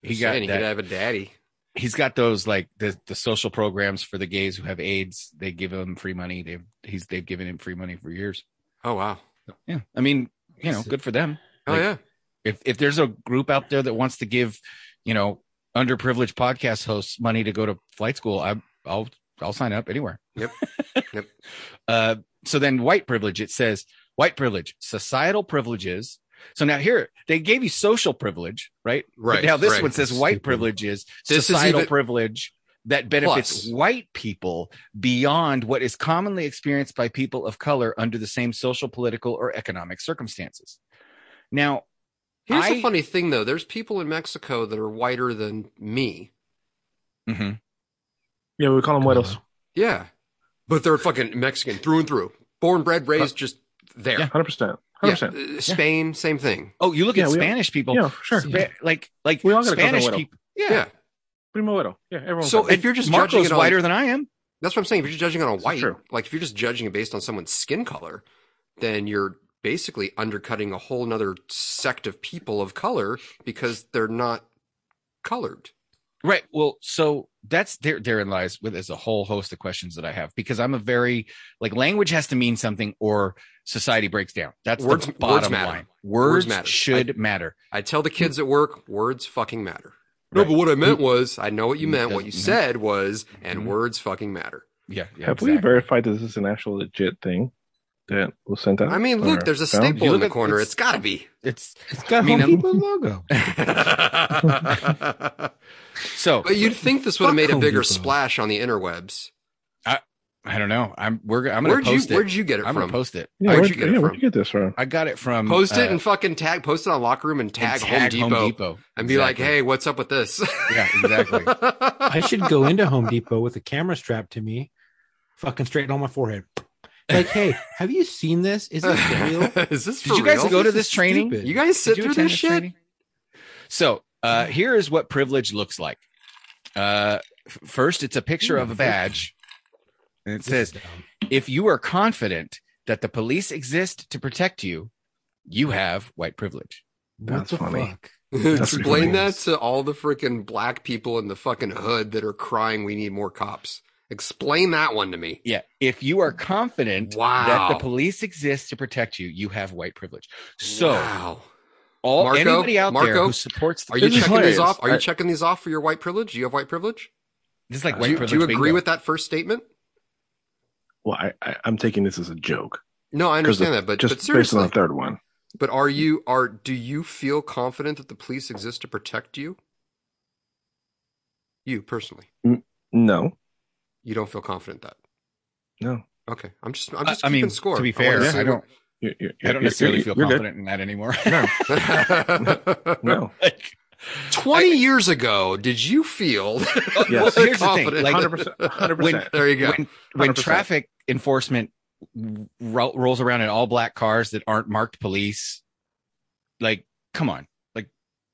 Speaker 8: he
Speaker 7: Just
Speaker 8: got
Speaker 7: saying, he
Speaker 8: that.
Speaker 7: could have a daddy.
Speaker 8: he's got those like the the social programs for the gays who have AIDS. They give him free money. They've he's they've given him free money for years.
Speaker 7: Oh wow,
Speaker 8: Yeah, I mean, you know, good for them.
Speaker 7: oh
Speaker 8: Like,
Speaker 7: yeah,
Speaker 8: If if there's a group out there that wants to give, you know, underprivileged podcast hosts money to go to flight school, I, I'll I'll sign up anywhere. <laughs>
Speaker 7: Yep. Yep.
Speaker 8: Uh, so then white privilege. It says white privilege, societal privileges. So now here they gave you social privilege, right? But
Speaker 7: right.
Speaker 8: now this
Speaker 7: right.
Speaker 8: one says white privilege is
Speaker 7: This is
Speaker 8: societal
Speaker 7: even-
Speaker 8: privilege that benefits
Speaker 7: Plus.
Speaker 8: white people beyond what is commonly experienced by people of color under the same social, political, or economic circumstances. Now,
Speaker 7: Here's
Speaker 8: I-
Speaker 7: the funny thing though. There's people in Mexico that are whiter than me. Mm-hmm.
Speaker 10: Yeah, we call them what else?
Speaker 7: Yeah. But they're fucking Mexican through and through. Born, bred, raised, just there.
Speaker 8: Yeah.
Speaker 10: Hundred percent.
Speaker 7: Yeah,
Speaker 10: Hundred percent.
Speaker 7: uh, Spain, same thing.
Speaker 8: oh, you look
Speaker 10: Yeah,
Speaker 8: at
Speaker 10: we all-
Speaker 8: Spanish people,
Speaker 10: Yeah, for sure.
Speaker 8: Spa- like like
Speaker 10: We all gotta go that
Speaker 8: Spanish
Speaker 10: way.
Speaker 8: people.
Speaker 7: Yeah.
Speaker 8: Yeah,
Speaker 10: Primo Oro. Yeah, everyone.
Speaker 7: So
Speaker 10: got
Speaker 7: if
Speaker 10: it.
Speaker 7: you're just
Speaker 8: Marco's
Speaker 7: judging it on,
Speaker 8: whiter than I am.
Speaker 7: that's what I'm saying. If you're just judging it on white,
Speaker 10: true.
Speaker 7: like if you're just judging it based on someone's skin color, then you're basically undercutting a whole nother sect of people of color because they're not colored.
Speaker 8: Right. Well, so that's there therein lies with is a whole host of questions that I have because I'm a very like language has to mean something or society breaks down. That's
Speaker 7: Words-
Speaker 8: the
Speaker 7: words
Speaker 8: bottom
Speaker 7: matter.
Speaker 8: line.
Speaker 7: Words
Speaker 8: Words,
Speaker 7: matter.
Speaker 8: should matter.
Speaker 7: I tell the kids at work, words fucking matter.
Speaker 8: Right.
Speaker 7: No, but what I meant was, I know what you
Speaker 8: Mm,
Speaker 7: meant. What you
Speaker 8: doesn't- mhm.
Speaker 7: said was, and
Speaker 8: Mhm.
Speaker 7: words fucking matter.
Speaker 8: Yeah. yeah,
Speaker 10: have we
Speaker 8: exactly.
Speaker 10: verified that this is an actual legit thing that was sent out?
Speaker 7: I mean,
Speaker 10: or
Speaker 7: look, there's a
Speaker 10: found?
Speaker 7: staple
Speaker 8: You
Speaker 7: in
Speaker 8: look
Speaker 7: the
Speaker 8: at-
Speaker 7: corner.
Speaker 8: it's-
Speaker 7: it's got to be. <laughs>
Speaker 8: It's
Speaker 9: It's got
Speaker 8: I mean,
Speaker 9: Home
Speaker 8: I'm-
Speaker 9: Depot logo.
Speaker 7: but
Speaker 8: so
Speaker 7: you'd think this would have
Speaker 9: Fuck
Speaker 7: made a
Speaker 9: Home
Speaker 7: bigger
Speaker 9: Depot.
Speaker 7: splash on the interwebs.
Speaker 8: I don't know. I'm we're I'm gonna
Speaker 7: Where'd you
Speaker 8: post it.
Speaker 7: Where'd you get it
Speaker 8: I'm
Speaker 7: from?
Speaker 8: gonna post it.
Speaker 10: Yeah,
Speaker 7: Where'd
Speaker 10: where'd,
Speaker 7: you get it
Speaker 10: yeah, where'd
Speaker 7: from?
Speaker 10: you get this from?
Speaker 8: I got it from
Speaker 7: Post it
Speaker 8: uh,
Speaker 7: and fucking tag. Post it on locker room and tag,
Speaker 8: and
Speaker 7: Home, Depot and be like,
Speaker 8: Exactly.
Speaker 7: "Hey, what's up with this?" <laughs>
Speaker 8: Yeah, exactly.
Speaker 9: <laughs> I should go into Home Depot with a camera strapped to me, fucking straight on my forehead. Like, hey, have you seen this? Is
Speaker 8: <laughs>
Speaker 9: this real?
Speaker 7: <laughs> Is this
Speaker 8: Did
Speaker 7: for
Speaker 8: you guys
Speaker 7: real?
Speaker 8: go to
Speaker 9: This is
Speaker 8: this training?
Speaker 9: stupid.
Speaker 7: You guys sit
Speaker 8: Did you
Speaker 7: through
Speaker 8: attend
Speaker 7: this shit? <laughs>
Speaker 8: training? So uh, here is what privilege looks like. Uh, f- first, it's a picture of a badge, and it says, "If you are confident that the police exist to protect you, you have white privilege."
Speaker 9: What
Speaker 10: That's
Speaker 9: the
Speaker 10: funny.
Speaker 9: fuck?
Speaker 10: That's
Speaker 7: Explain that
Speaker 10: ridiculous.
Speaker 7: to all the freaking black people in the fucking hood that are crying, we need more cops. Explain that one to me.
Speaker 8: Yeah. If you are confident
Speaker 7: Wow.
Speaker 8: that the police exist to protect you, you have white privilege. So
Speaker 7: wow.
Speaker 8: all
Speaker 7: Marco,
Speaker 8: anybody out there
Speaker 7: Marco,
Speaker 8: who supports the
Speaker 7: Are you
Speaker 10: This is
Speaker 7: checking these
Speaker 10: hilarious.
Speaker 7: off? Are you
Speaker 10: I-
Speaker 7: checking these off for your white privilege? Do you have white privilege?
Speaker 8: this is like
Speaker 10: Do
Speaker 8: white
Speaker 7: do, you- do
Speaker 8: privilege.
Speaker 7: you agree
Speaker 8: bingo.
Speaker 7: with that first statement?
Speaker 10: Well, I, I, I'm taking this as a joke.
Speaker 7: No, I
Speaker 10: 'Cause the-
Speaker 7: understand that, but,
Speaker 10: just
Speaker 7: but
Speaker 10: based on
Speaker 7: seriously,
Speaker 10: the third one.
Speaker 7: but are you are do you feel confident that the police exist to protect you? You personally,
Speaker 10: No,
Speaker 7: you don't feel confident that.
Speaker 10: no.
Speaker 7: Okay, I'm just I'm
Speaker 8: I-
Speaker 7: just
Speaker 8: I
Speaker 7: keeping
Speaker 8: mean,
Speaker 7: score.
Speaker 8: to be
Speaker 7: I wanna
Speaker 8: fair,
Speaker 7: see
Speaker 8: I don't.
Speaker 10: You're, you're,
Speaker 8: I don't
Speaker 10: you're-
Speaker 8: necessarily feel
Speaker 10: you're- you're good.
Speaker 8: confident in that anymore.
Speaker 7: what- <laughs>
Speaker 10: No,
Speaker 8: <laughs> Like,
Speaker 7: 20 years ago, did you
Speaker 8: <laughs>
Speaker 7: feel
Speaker 10: Yes.
Speaker 8: well, here's the thing.
Speaker 7: confident?
Speaker 8: Like,
Speaker 10: 100%. 100%.
Speaker 8: When-
Speaker 7: there you go.
Speaker 8: when, when
Speaker 10: 100%.
Speaker 8: traffic enforcement ro- rolls around in all black cars that aren't marked police, like, come on, like,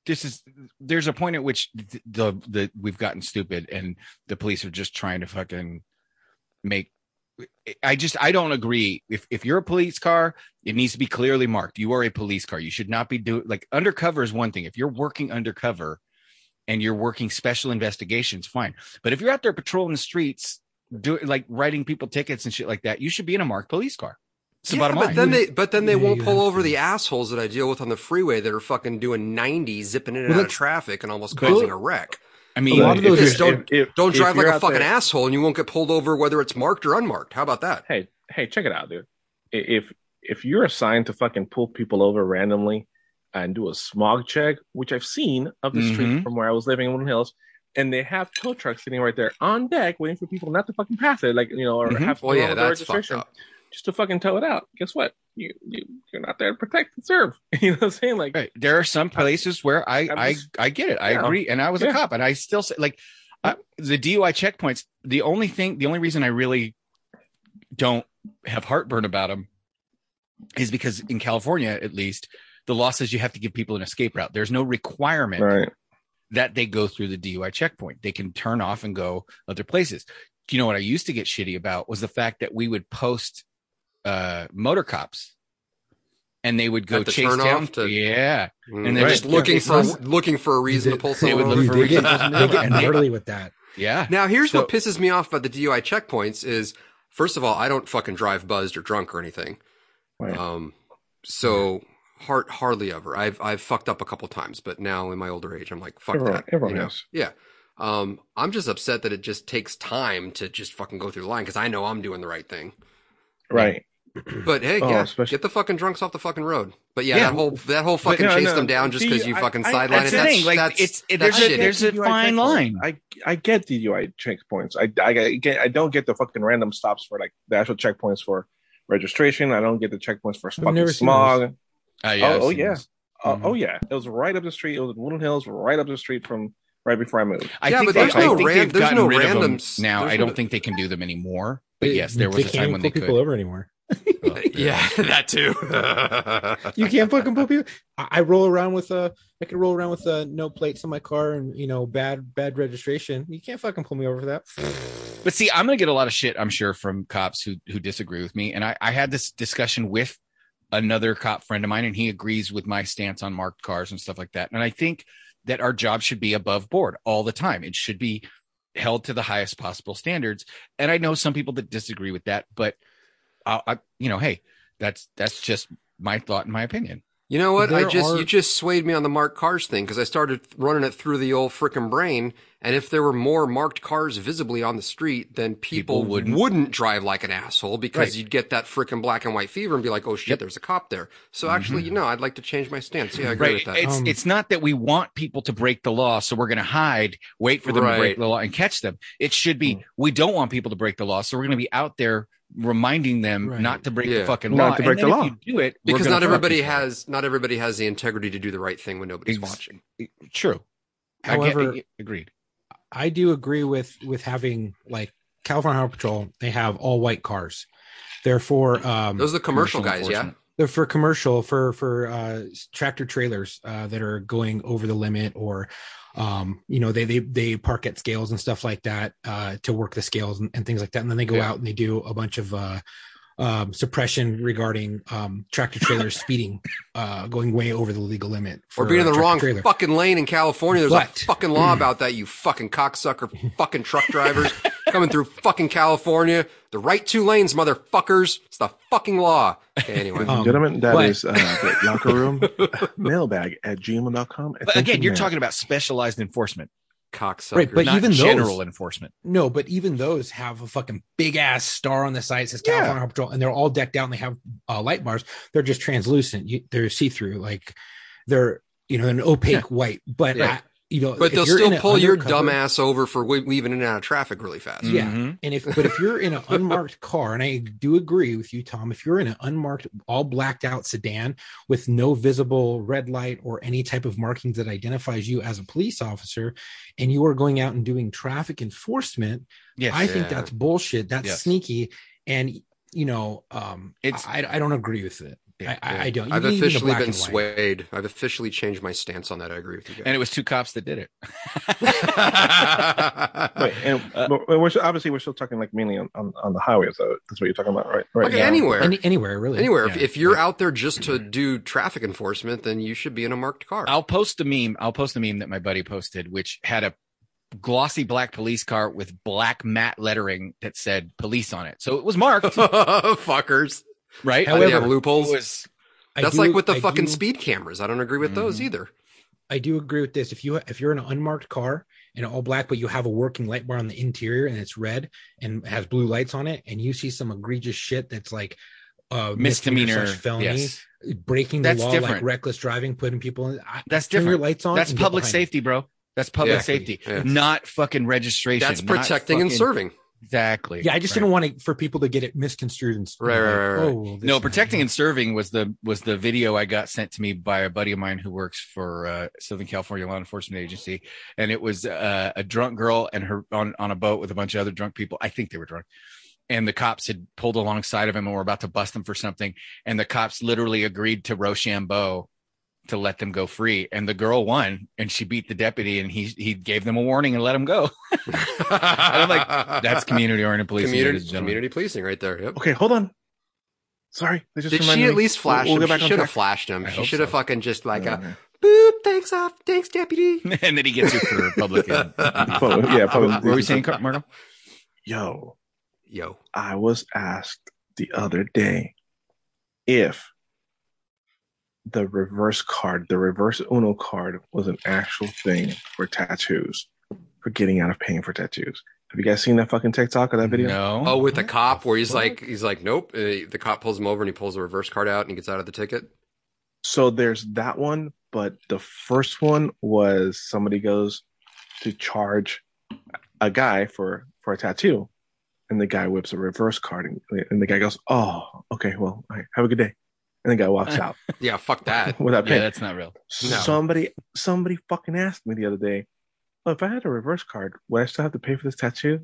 Speaker 8: this is there's a point at which th- the the we've gotten stupid and the police are just trying to fucking make. I just I don't agree. If if you're a police car, it needs to be clearly marked. You are a police car. You should not be doing like undercover is one thing. If you're working undercover and you're working special investigations, fine. But if you're out there patrolling the streets do like writing people tickets and shit like that, you should be in a marked police car. It's the
Speaker 7: Yeah,
Speaker 8: bottom
Speaker 7: but
Speaker 8: line.
Speaker 7: then they but then they
Speaker 9: Yeah,
Speaker 7: won't
Speaker 9: you
Speaker 7: pull
Speaker 9: have
Speaker 7: over
Speaker 9: to.
Speaker 7: the assholes that I deal with on the freeway that are fucking doing 90, zipping in and out
Speaker 9: Well,
Speaker 7: of
Speaker 9: that's-
Speaker 7: traffic and almost
Speaker 9: But-
Speaker 7: causing a wreck.
Speaker 8: I
Speaker 9: a
Speaker 8: mean,
Speaker 9: lot of
Speaker 10: If
Speaker 9: those
Speaker 10: you're-
Speaker 7: just don't-
Speaker 10: if-
Speaker 7: Don't
Speaker 10: if
Speaker 7: drive like
Speaker 10: you're
Speaker 7: a
Speaker 10: out
Speaker 7: fucking
Speaker 10: there-
Speaker 7: asshole and you won't get pulled over whether it's marked or unmarked. How about that?
Speaker 10: Hey, hey, check it out, dude. I- If if you're assigned to fucking pull people over randomly and do a smog check, which I've seen up the street
Speaker 7: Mm-hmm.
Speaker 8: Mhm.
Speaker 10: from where I was living in Woodland Hills, and they have tow trucks sitting right there on deck waiting for people not to fucking pass it, like you know, or
Speaker 8: Mhm.
Speaker 10: have
Speaker 7: Mm-hmm.
Speaker 10: to
Speaker 7: Well,
Speaker 10: go
Speaker 7: yeah,
Speaker 10: with the
Speaker 7: that's fucked up.
Speaker 10: just to fucking tow it out. Guess what? You, you you're not there to protect and serve. <laughs> You know what I'm saying? Like,
Speaker 8: right. there are some places where I
Speaker 10: I'm
Speaker 8: I,
Speaker 10: just-
Speaker 8: I get it. I
Speaker 10: Yeah.
Speaker 8: agree. And I was
Speaker 10: Yeah.
Speaker 8: a cop, and I still say like I, the DUI checkpoints. The only thing, the only reason I really don't have heartburn about them is because in California, at least, the law says you have to give people an escape route. There's no requirement
Speaker 10: right?
Speaker 8: that they go through the DUI checkpoint. They can turn off and go other places. You know what I used to get shitty about was the fact that we would post uh, motor cops, and they would go
Speaker 7: At the
Speaker 8: chase
Speaker 7: turn
Speaker 8: down.
Speaker 7: off to-
Speaker 8: yeah,
Speaker 7: Mm,
Speaker 8: and they're
Speaker 7: right.
Speaker 8: just
Speaker 7: looking
Speaker 9: yeah,
Speaker 7: for
Speaker 9: it's-
Speaker 7: a- looking for a reason to pull
Speaker 9: They
Speaker 7: someone
Speaker 8: would
Speaker 7: over.
Speaker 8: look
Speaker 9: Dude,
Speaker 8: for
Speaker 9: they get,
Speaker 8: <laughs> reasons.
Speaker 9: they get
Speaker 8: And they-
Speaker 9: gnarly with that.
Speaker 8: yeah.
Speaker 7: <laughs> Now, here's
Speaker 8: So-
Speaker 7: what pisses me off about the DUI checkpoints is, first of all, I don't fucking drive buzzed or drunk or anything.
Speaker 10: Right.
Speaker 7: Um, so hard, hardly ever. I've I've fucked up a couple times, but now in my older age, I'm like, fuck
Speaker 10: Everyone-
Speaker 7: that.
Speaker 10: everyone
Speaker 7: you know?
Speaker 10: has.
Speaker 7: Yeah. Um, I'm just upset that it just takes time to just fucking go through the line because I know I'm doing the right thing.
Speaker 10: Right.
Speaker 7: But hey,
Speaker 10: Oh,
Speaker 7: yeah,
Speaker 10: especially-
Speaker 7: get the fucking drunks off the fucking road. But yeah,
Speaker 8: Yeah.
Speaker 7: that whole that whole fucking
Speaker 10: no,
Speaker 7: chase
Speaker 10: no,
Speaker 7: them down just
Speaker 10: see,
Speaker 7: because you
Speaker 10: I-
Speaker 7: fucking
Speaker 10: I-
Speaker 7: sideline
Speaker 8: That's
Speaker 7: it.
Speaker 8: the
Speaker 7: That's,
Speaker 8: thing. Like
Speaker 7: that's,
Speaker 8: it's it-
Speaker 7: that's
Speaker 8: there's a
Speaker 7: shitty.
Speaker 8: there's a
Speaker 10: DUI
Speaker 8: fine
Speaker 10: checkpoints.
Speaker 8: line.
Speaker 10: I I get DUI checkpoints. I I I get I don't get the fucking random stops for like the actual checkpoints for registration. I don't get the checkpoints for fucking
Speaker 9: never seen
Speaker 10: smog. Oh,
Speaker 8: I've
Speaker 10: oh,
Speaker 8: seen
Speaker 10: yeah.
Speaker 8: those.
Speaker 10: Uh,
Speaker 8: Mhm.
Speaker 10: oh yeah, it was right up the street. It was in Woodland Hills, right up the street from right before I moved.
Speaker 8: I
Speaker 7: Yeah,
Speaker 8: think
Speaker 7: but
Speaker 8: they,
Speaker 7: there's
Speaker 8: I
Speaker 7: no
Speaker 8: think
Speaker 7: ran-
Speaker 8: they've
Speaker 7: there's
Speaker 8: gotten
Speaker 7: no
Speaker 8: rid of them
Speaker 7: randoms.
Speaker 8: now.
Speaker 7: There's
Speaker 8: I
Speaker 7: no-
Speaker 8: don't think they can do them anymore. But
Speaker 9: They-
Speaker 8: yes, there was
Speaker 9: they
Speaker 8: a
Speaker 9: can't
Speaker 8: time
Speaker 9: even
Speaker 8: when
Speaker 9: pull
Speaker 8: they could.
Speaker 9: people over anymore.
Speaker 8: Well,
Speaker 7: <laughs> Yeah, that too.
Speaker 8: <laughs>
Speaker 9: You can't fucking pull people. I, I roll around with a. I could roll around with uh no plates on my car and you know bad bad registration. You can't fucking pull me over for that.
Speaker 8: But see, I'm gonna get a lot of shit, I'm sure, from cops who who disagree with me. And I, I had this discussion with another cop friend of mine, and he agrees with my stance on marked cars and stuff like that. And I think that our job should be above board all the time. It should be held to the highest possible standards. And I know some people that disagree with that, but I, I you know, hey, that's that's just my thought and my opinion.
Speaker 7: <laughs> You know what? I
Speaker 9: There
Speaker 7: just
Speaker 9: are-
Speaker 7: you just swayed me on the marked cars thing because I started running it through the old frickin' brain. And if there were more marked cars visibly on the street, then people,
Speaker 8: People
Speaker 7: wouldn't.
Speaker 8: wouldn't.
Speaker 7: drive like an asshole because
Speaker 8: Right.
Speaker 7: you'd get that frickin' black and white fever and be like, "Oh shit,
Speaker 8: Yep. Mm-hmm.
Speaker 7: there's a cop there." So actually, you know, I'd like to change my stance. Yeah, I agree
Speaker 8: Right.
Speaker 7: with that.
Speaker 8: It's
Speaker 9: Um,
Speaker 8: it's not that we want people to break the law, so we're going to hide, wait for them
Speaker 7: Right. Mm.
Speaker 8: to break the law and catch them. It should be we don't want people to break the law, so we're going to be out there reminding them
Speaker 9: Right.
Speaker 8: not to break
Speaker 7: Yeah.
Speaker 8: the fucking
Speaker 10: Not
Speaker 8: law.
Speaker 10: to break
Speaker 8: and
Speaker 10: the
Speaker 8: then
Speaker 10: law.
Speaker 8: if you do it we're
Speaker 7: because not
Speaker 8: gonna fuck
Speaker 7: everybody
Speaker 8: people.
Speaker 7: has not everybody has the integrity to do the right thing when nobody's
Speaker 8: Ex-
Speaker 7: watching.
Speaker 8: True.
Speaker 9: However-
Speaker 8: I get, agreed.
Speaker 9: I do agree with with having like California Highway Patrol. They have all white cars. Therefore, um,
Speaker 7: Those are the commercial,
Speaker 8: Commercial
Speaker 7: guys, yeah.
Speaker 8: enforcement.
Speaker 9: they're for commercial for for uh tractor trailers uh that are going over the limit or um you know they they they park at scales and stuff like that uh to work the scales and, and things like that and then they go
Speaker 8: Yeah.
Speaker 9: out and they do a bunch of uh um, suppression regarding um,
Speaker 7: <laughs>
Speaker 9: tractor trailer speeding, uh, going way over the legal limit
Speaker 7: Or
Speaker 9: for
Speaker 7: being in the
Speaker 9: tractor
Speaker 7: wrong
Speaker 9: trailer.
Speaker 7: fucking lane in California. There's
Speaker 9: But-
Speaker 7: a fucking law about that, you fucking cocksucker fucking truck
Speaker 9: <laughs>
Speaker 7: drivers coming through fucking California. The right two lanes, motherfuckers. It's the fucking law. Okay, anyway.
Speaker 9: Um,
Speaker 10: Gentlemen, that
Speaker 9: but-
Speaker 10: is uh, the locker room mailbag at gmail.com.
Speaker 6: But again, you're talking about specialized enforcement,
Speaker 7: cocksucker.
Speaker 9: Right, but
Speaker 6: not
Speaker 9: even those-
Speaker 6: general enforcement.
Speaker 9: No, but even those have a fucking big ass star on the side that says
Speaker 10: Yeah.
Speaker 9: California Highway Patrol, and they're all decked out and they have uh, light bars. They're just translucent. You, they're see through. Like they're you know an opaque white, but
Speaker 7: Yeah.
Speaker 9: I- you know,
Speaker 7: but
Speaker 9: if
Speaker 7: they'll
Speaker 9: you're in
Speaker 7: still
Speaker 9: an
Speaker 7: pull your
Speaker 9: undercover- Mm,
Speaker 7: dumbass over for we- weaving in and out of traffic really fast.
Speaker 9: Yeah.
Speaker 6: Mhm.
Speaker 9: And if but if you're in
Speaker 7: <laughs>
Speaker 9: an unmarked car, and I do agree with you, Tom, if you're in an unmarked, all blacked out sedan with no visible red light or any type of markings that identifies you as a police officer, and you are going out and doing traffic enforcement,
Speaker 8: Yes.
Speaker 9: I think
Speaker 7: Yeah.
Speaker 9: that's bullshit. That's
Speaker 8: Yes.
Speaker 9: sneaky, and you know, um,
Speaker 8: It's-
Speaker 9: I, I don't agree with it. I, I, I don't.
Speaker 7: I've
Speaker 9: Even- even the
Speaker 7: officially
Speaker 9: black
Speaker 7: been
Speaker 9: and white.
Speaker 7: swayed. I've officially changed my stance on that. I agree with you guys.
Speaker 8: and it was two cops that did it.
Speaker 9: <laughs>
Speaker 10: Wait, and but we're still- obviously we're still talking like mainly on, on, on the highways. Though. That's what you're talking about, right? Right.
Speaker 7: okay,
Speaker 10: now.
Speaker 7: anywhere.
Speaker 9: Any, anywhere really.
Speaker 7: anywhere. If,
Speaker 8: Yeah.
Speaker 7: if you're out there just to do traffic enforcement, then you should be in a marked car. <laughs>
Speaker 8: I'll post a meme. I'll post a meme that my buddy posted, which had a glossy black police car with black matte lettering that said police on it. So it was marked,
Speaker 7: Oh, Fuckers.
Speaker 8: right?
Speaker 7: However,
Speaker 9: However,
Speaker 8: it
Speaker 7: loopholes.
Speaker 8: was
Speaker 9: I
Speaker 7: That's
Speaker 9: do-
Speaker 7: like with the
Speaker 9: I
Speaker 7: fucking
Speaker 9: do-
Speaker 7: speed cameras. I don't agree with those
Speaker 8: Mhm.
Speaker 7: either.
Speaker 9: I do agree with this. If you if you're in an unmarked car and all black, but you have a working light bar on the interior and it's red and has blue lights on it, and you see some egregious shit that's like uh,
Speaker 8: misdemeanor.
Speaker 9: slash felony,
Speaker 8: Yes.
Speaker 9: breaking the
Speaker 8: That's
Speaker 9: law like
Speaker 8: different.
Speaker 9: reckless driving, putting people in. I,
Speaker 8: That's
Speaker 9: turn your
Speaker 8: different.
Speaker 9: lights on.
Speaker 8: That's
Speaker 9: and get
Speaker 8: public
Speaker 9: behind me.
Speaker 8: safety, bro. That's public
Speaker 7: Yeah.
Speaker 8: safety,
Speaker 7: Yeah.
Speaker 8: not fucking registration.
Speaker 7: That's
Speaker 8: not
Speaker 7: protecting and
Speaker 8: fucking-
Speaker 7: serving.
Speaker 8: Exactly.
Speaker 9: Yeah, I just
Speaker 8: Right.
Speaker 9: didn't want to, for people to get it misconstrued and
Speaker 7: Right, right, right, right.
Speaker 9: well, oh, this
Speaker 8: no
Speaker 9: and that.
Speaker 8: protecting and serving was the was the video i got sent to me by a buddy of mine who works for uh, southern california law enforcement agency and it was uh, a drunk girl and her on on a boat with a bunch of other drunk people i think they were drunk and the cops had pulled alongside of him and were about to bust him for something and the cops literally agreed to rochambeau to let them go free and the girl won and she beat the deputy and he he gave them a warning and let him go
Speaker 7: I'm
Speaker 8: like,
Speaker 7: <laughs>
Speaker 8: that's community oriented policing
Speaker 7: community,
Speaker 8: ladies and gentlemen.
Speaker 7: community policing right there. Yep.
Speaker 10: Okay, hold on. Sorry. they just
Speaker 7: Did she
Speaker 10: reminded
Speaker 7: at
Speaker 10: me.
Speaker 7: least
Speaker 10: We'll-
Speaker 7: flash
Speaker 10: we'll
Speaker 7: him?
Speaker 10: get back
Speaker 7: she
Speaker 10: on
Speaker 7: should have
Speaker 10: track.
Speaker 7: flashed him.
Speaker 8: I
Speaker 7: she
Speaker 8: hope
Speaker 7: should have
Speaker 8: so.
Speaker 7: fucking just like a
Speaker 10: Yeah.
Speaker 7: boop. Thanks, off. Thanks, deputy.
Speaker 8: <laughs> and then he gets it for a republican
Speaker 10: Well, yeah,
Speaker 8: what
Speaker 10: probably-
Speaker 8: what were we saying Car- marco
Speaker 10: Yo,
Speaker 7: Yo,
Speaker 10: I was asked the other day if the reverse card, the reverse Uno card, was an actual thing for tattoos, for getting out of paying for tattoos. Have you guys seen that fucking TikTok or
Speaker 8: Mm-hmm.
Speaker 10: that video?
Speaker 8: no
Speaker 7: oh, with the cop where he's like, he's like, nope. Uh, the cop pulls him over and he pulls the reverse card out and he gets out of the ticket.
Speaker 10: So there's that one, but the first one was somebody goes to charge a guy for for a tattoo, and the guy whips a reverse card, and, and the guy goes, "Oh, okay, well, all right, have a good day," and the
Speaker 8: <laughs>
Speaker 10: guy walks out
Speaker 7: Yeah, fuck
Speaker 10: <laughs>
Speaker 7: that.
Speaker 10: without
Speaker 8: Yeah,
Speaker 10: paying.
Speaker 8: that's not real.
Speaker 7: no.
Speaker 10: Somebody somebody fucking asked me the other day, "Oh, if I had a reverse card, would I still have to pay for this tattoo?"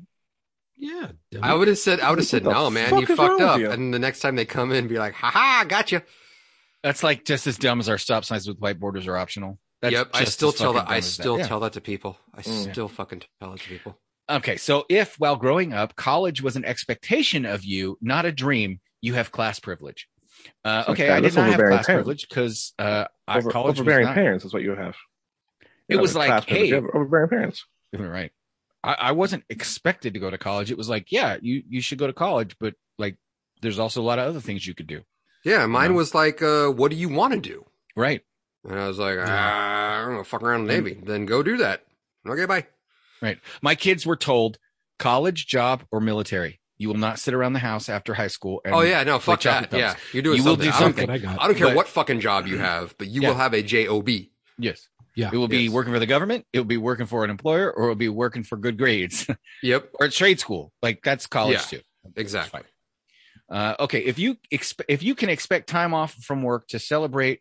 Speaker 9: Yeah, dummy.
Speaker 7: I would have said, I would have
Speaker 10: What
Speaker 7: said,
Speaker 10: the
Speaker 7: no, man,
Speaker 10: fuck
Speaker 7: you
Speaker 10: is wrong
Speaker 7: fucked
Speaker 10: with
Speaker 7: up.
Speaker 10: you?
Speaker 7: And the next time they come in, be like, ha ha, gotcha.
Speaker 8: That's like just as dumb as our stop signs with white borders are optional. That's
Speaker 7: yep. I
Speaker 8: just
Speaker 7: still
Speaker 8: as
Speaker 7: tell
Speaker 8: fucking
Speaker 7: that. I
Speaker 8: dumb as
Speaker 7: still
Speaker 8: Yeah.
Speaker 7: tell that to people. I
Speaker 10: Mm.
Speaker 7: still fucking tell it to people.
Speaker 8: Okay, so if while growing up, college was an expectation of you, not a dream, you have class privilege. Uh,
Speaker 10: Okay,
Speaker 8: okay, I did
Speaker 10: that's
Speaker 8: not have
Speaker 10: overbearing
Speaker 8: class
Speaker 10: parent.
Speaker 8: privilege because uh, I-
Speaker 10: Over,
Speaker 8: college was
Speaker 10: overbearing
Speaker 8: not.
Speaker 10: parents is what you have.
Speaker 8: It was like,
Speaker 10: class privilege.
Speaker 8: hey-
Speaker 10: You have overbearing parents.
Speaker 8: You were Right. I, I wasn't expected to go to college. It was like, yeah, you you should go to college, but like, there's also a lot of other things you could do.
Speaker 7: Yeah. Mine
Speaker 8: Yeah.
Speaker 7: was like, uh, what do you want to do?
Speaker 8: Right.
Speaker 7: And I was like, ah, I'm gonna fuck around in the Navy. Then go do that. Okay, bye.
Speaker 8: Right. My kids were told college, job, or military. You will not sit around the house after high school. And
Speaker 7: oh yeah, no, fuck
Speaker 8: chocolate
Speaker 7: that. Yeah,
Speaker 8: dogs.
Speaker 7: you're doing
Speaker 8: You will
Speaker 7: something.
Speaker 8: do
Speaker 7: I don't
Speaker 9: That's what
Speaker 8: something.
Speaker 9: I got.
Speaker 7: I don't care
Speaker 8: But-
Speaker 7: what fucking job you have, but you
Speaker 8: Yeah.
Speaker 7: will have a job.
Speaker 8: Yes.
Speaker 9: Yeah.
Speaker 8: It will be
Speaker 7: Yes.
Speaker 8: working for the government. It will be working for an employer, or it will be working for good grades <laughs>
Speaker 7: Yep,
Speaker 8: or trade school. Like that's college
Speaker 7: Yeah.
Speaker 8: too. That's
Speaker 7: exactly.
Speaker 8: fine. Uh, okay, if you exp- if you can expect time off from work to celebrate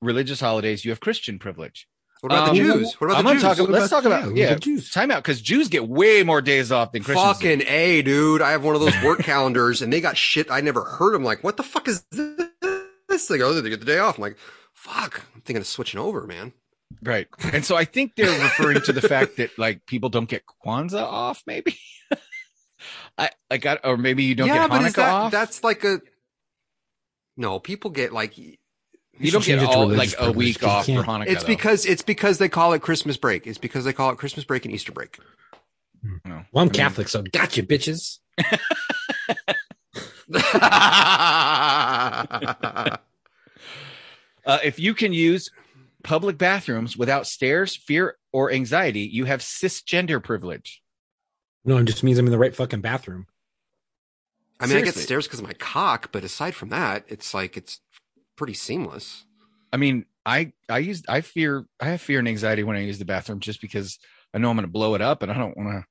Speaker 8: religious holidays, you have Christian privilege.
Speaker 7: What about the
Speaker 8: Um,
Speaker 7: Jews? What about
Speaker 8: I'm
Speaker 7: the
Speaker 8: gonna
Speaker 7: Jews?
Speaker 8: talk. Let's talk about yeah.
Speaker 9: the Jews.
Speaker 8: Time out because Jews get way more days off than Christians. do.
Speaker 7: Fucking a dude! I have one of those
Speaker 8: <laughs>
Speaker 7: work calendars, and they got shit I never heard. I'm like, what the fuck is this? They go, "Oh, they get the day off. I'm like, fuck. I'm thinking of switching over, man.
Speaker 8: Right. And so I think they're referring to the fact that like people don't get Kwanzaa off, maybe. <laughs> I like, I, or maybe you don't
Speaker 7: yeah,
Speaker 8: get
Speaker 7: but is
Speaker 8: Hanukkah
Speaker 7: that,
Speaker 8: off.
Speaker 7: that's like a no. People get like
Speaker 8: you don't
Speaker 9: should
Speaker 8: get
Speaker 9: change it to
Speaker 8: all
Speaker 9: religious
Speaker 8: like a
Speaker 9: privilege.
Speaker 8: week
Speaker 9: You
Speaker 8: off for
Speaker 9: can't-
Speaker 8: Hanukkah.
Speaker 7: it's
Speaker 8: though.
Speaker 7: because it's because they call it Christmas break. It's because they call it Christmas break and Easter break.
Speaker 8: No.
Speaker 9: Well,
Speaker 8: I
Speaker 9: I'm
Speaker 8: mean,
Speaker 9: Catholic, so gotcha, bitches.
Speaker 7: That's
Speaker 8: Uh, if you can use public bathrooms without stairs, fear, or anxiety, you have cisgender privilege.
Speaker 9: No, it just means I'm in the right fucking bathroom.
Speaker 7: I mean, I get
Speaker 8: Seriously.
Speaker 7: stairs because of my cock, but aside from that, it's like it's pretty seamless.
Speaker 8: I mean, I I use I fear I have fear and anxiety when I use the bathroom just because I know I'm going to blow it up and I don't want to.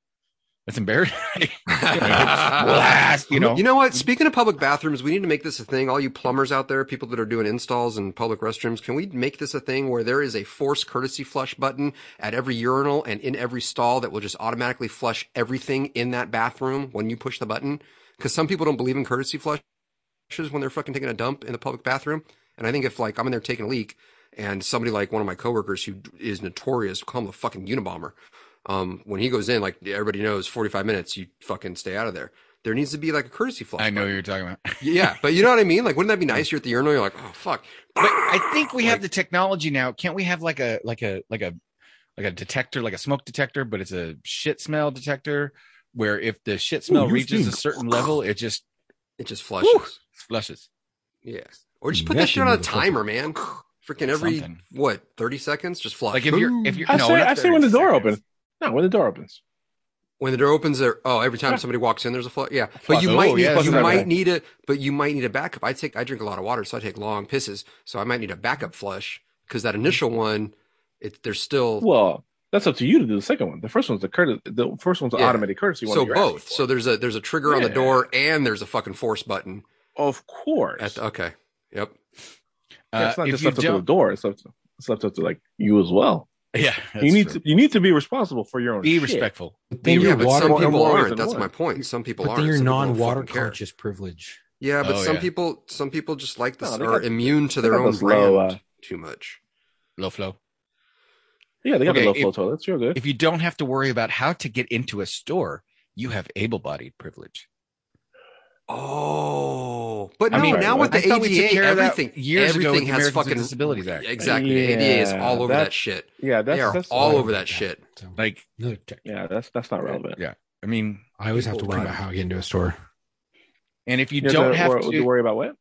Speaker 8: It's embarrassing. <laughs>
Speaker 7: <laughs>
Speaker 8: Blast, you know.
Speaker 7: You know what? Speaking of public bathrooms, we need to make this a thing. All you plumbers out there, people that are doing installs in public restrooms, can we make this a thing where there is a force courtesy flush button at every urinal and in every stall that will just automatically flush everything in that bathroom when you push the button? Because some people don't believe in courtesy flushes when they're fucking taking a dump in the public bathroom. And I think if like I'm in there taking a leak and somebody like one of my coworkers who is notorious, call him the fucking Unabomber. Um, when he goes in, like everybody knows, 45 minutes, you fucking stay out of there. There needs to be like a courtesy flush.
Speaker 8: I know what you're talking about.
Speaker 7: Yeah, but you know what I mean? Like, wouldn't that
Speaker 8: <laughs>
Speaker 7: be nice? You're at the urinal, you're like, oh fuck.
Speaker 8: But I think we have the technology now. Can't we have like a like a like a like a detector, like a smoke detector, but it's a shit smell detector where if the shit smell
Speaker 9: you
Speaker 8: reaches a
Speaker 9: think-
Speaker 8: certain level, it just
Speaker 7: It just flushes.
Speaker 8: flushes.
Speaker 7: Yeah. Or just
Speaker 9: You
Speaker 7: put that
Speaker 9: got
Speaker 7: shit
Speaker 9: the
Speaker 7: on a
Speaker 9: motherfucker.
Speaker 7: timer, man. Freaking every
Speaker 8: Something.
Speaker 7: what, 30 seconds? Just flush.
Speaker 8: Like if you're if you're
Speaker 10: I
Speaker 8: no,
Speaker 10: say,
Speaker 8: not
Speaker 10: I say when the
Speaker 8: 30
Speaker 10: door
Speaker 8: seconds.
Speaker 10: opens. No, when the door opens.
Speaker 7: when the door opens there oh, every time somebody walks in there's a flush. Yeah. But
Speaker 8: Flush.
Speaker 7: you
Speaker 8: Oh,
Speaker 7: might need
Speaker 8: yeah,
Speaker 10: that's
Speaker 7: you
Speaker 10: right.
Speaker 7: might need a but you might need a backup. I take I drink a lot of water, so I take long pisses. So I might need a backup flush because that initial one, it there's still
Speaker 10: Well, that's up to you to do the second one. The first one's the courtesy. The first one's the
Speaker 7: Yeah.
Speaker 10: automatic courtesy. one
Speaker 7: so
Speaker 10: that you're asking
Speaker 7: both.
Speaker 10: for.
Speaker 7: So there's a there's a trigger on the
Speaker 10: Yeah.
Speaker 7: door and there's a fucking force button.
Speaker 10: of course,
Speaker 7: At the, okay. Yep.
Speaker 10: Yeah,
Speaker 8: Uh,
Speaker 10: it's not
Speaker 8: if
Speaker 10: just
Speaker 8: you
Speaker 10: left up to the
Speaker 8: don't, <laughs>
Speaker 10: door. It's left. It's left up to like you as well.
Speaker 8: yeah,
Speaker 10: you
Speaker 8: that's
Speaker 10: need
Speaker 8: true.
Speaker 10: to. You need to be responsible for your own.
Speaker 8: be
Speaker 10: shit.
Speaker 8: respectful.
Speaker 9: Then
Speaker 7: yeah,
Speaker 9: your
Speaker 7: but
Speaker 9: water,
Speaker 7: some
Speaker 10: Well,
Speaker 7: people
Speaker 10: water
Speaker 7: aren't.
Speaker 10: than
Speaker 7: That's
Speaker 10: water.
Speaker 7: my point. Some people
Speaker 9: but
Speaker 7: aren't.
Speaker 9: then your
Speaker 7: Some people don't
Speaker 9: non-water
Speaker 7: fucking care.
Speaker 9: conscious privilege.
Speaker 7: Yeah, but
Speaker 8: Oh,
Speaker 7: some
Speaker 8: yeah.
Speaker 7: people, some people just like this
Speaker 10: No, they
Speaker 7: are
Speaker 10: got-
Speaker 7: immune to
Speaker 10: they
Speaker 7: their
Speaker 10: got
Speaker 7: own
Speaker 10: those
Speaker 7: brand
Speaker 10: low, uh,
Speaker 7: too much.
Speaker 8: Low flow.
Speaker 10: Yeah, they got
Speaker 8: Okay,
Speaker 10: the low flow
Speaker 8: if-
Speaker 10: toilets. You're good.
Speaker 8: If you don't have to worry about how to get into a store, you have able-bodied privilege.
Speaker 7: Oh, but
Speaker 10: I
Speaker 7: no,
Speaker 10: mean-
Speaker 7: now with
Speaker 10: I
Speaker 7: the ADA, everything,
Speaker 8: years ago with
Speaker 7: everything
Speaker 8: the
Speaker 7: has
Speaker 8: Americans with
Speaker 7: fucking
Speaker 8: Disabilities Act.
Speaker 7: Exactly, the ADA is
Speaker 10: Yeah,
Speaker 7: all over
Speaker 10: that-
Speaker 7: that shit.
Speaker 10: yeah,
Speaker 7: They
Speaker 10: that's,
Speaker 7: are
Speaker 10: that's
Speaker 7: all
Speaker 10: like-
Speaker 7: over that shit.
Speaker 9: So
Speaker 8: Like,
Speaker 9: another tech.
Speaker 10: Yeah, that's that's not relevant.
Speaker 8: yeah. I mean,
Speaker 9: I always have to worry
Speaker 7: Hold
Speaker 9: about
Speaker 7: on.
Speaker 9: how I get into a store.
Speaker 8: and if you
Speaker 10: have
Speaker 8: don't
Speaker 10: to,
Speaker 8: have
Speaker 10: wor-
Speaker 8: to,
Speaker 10: worry about what?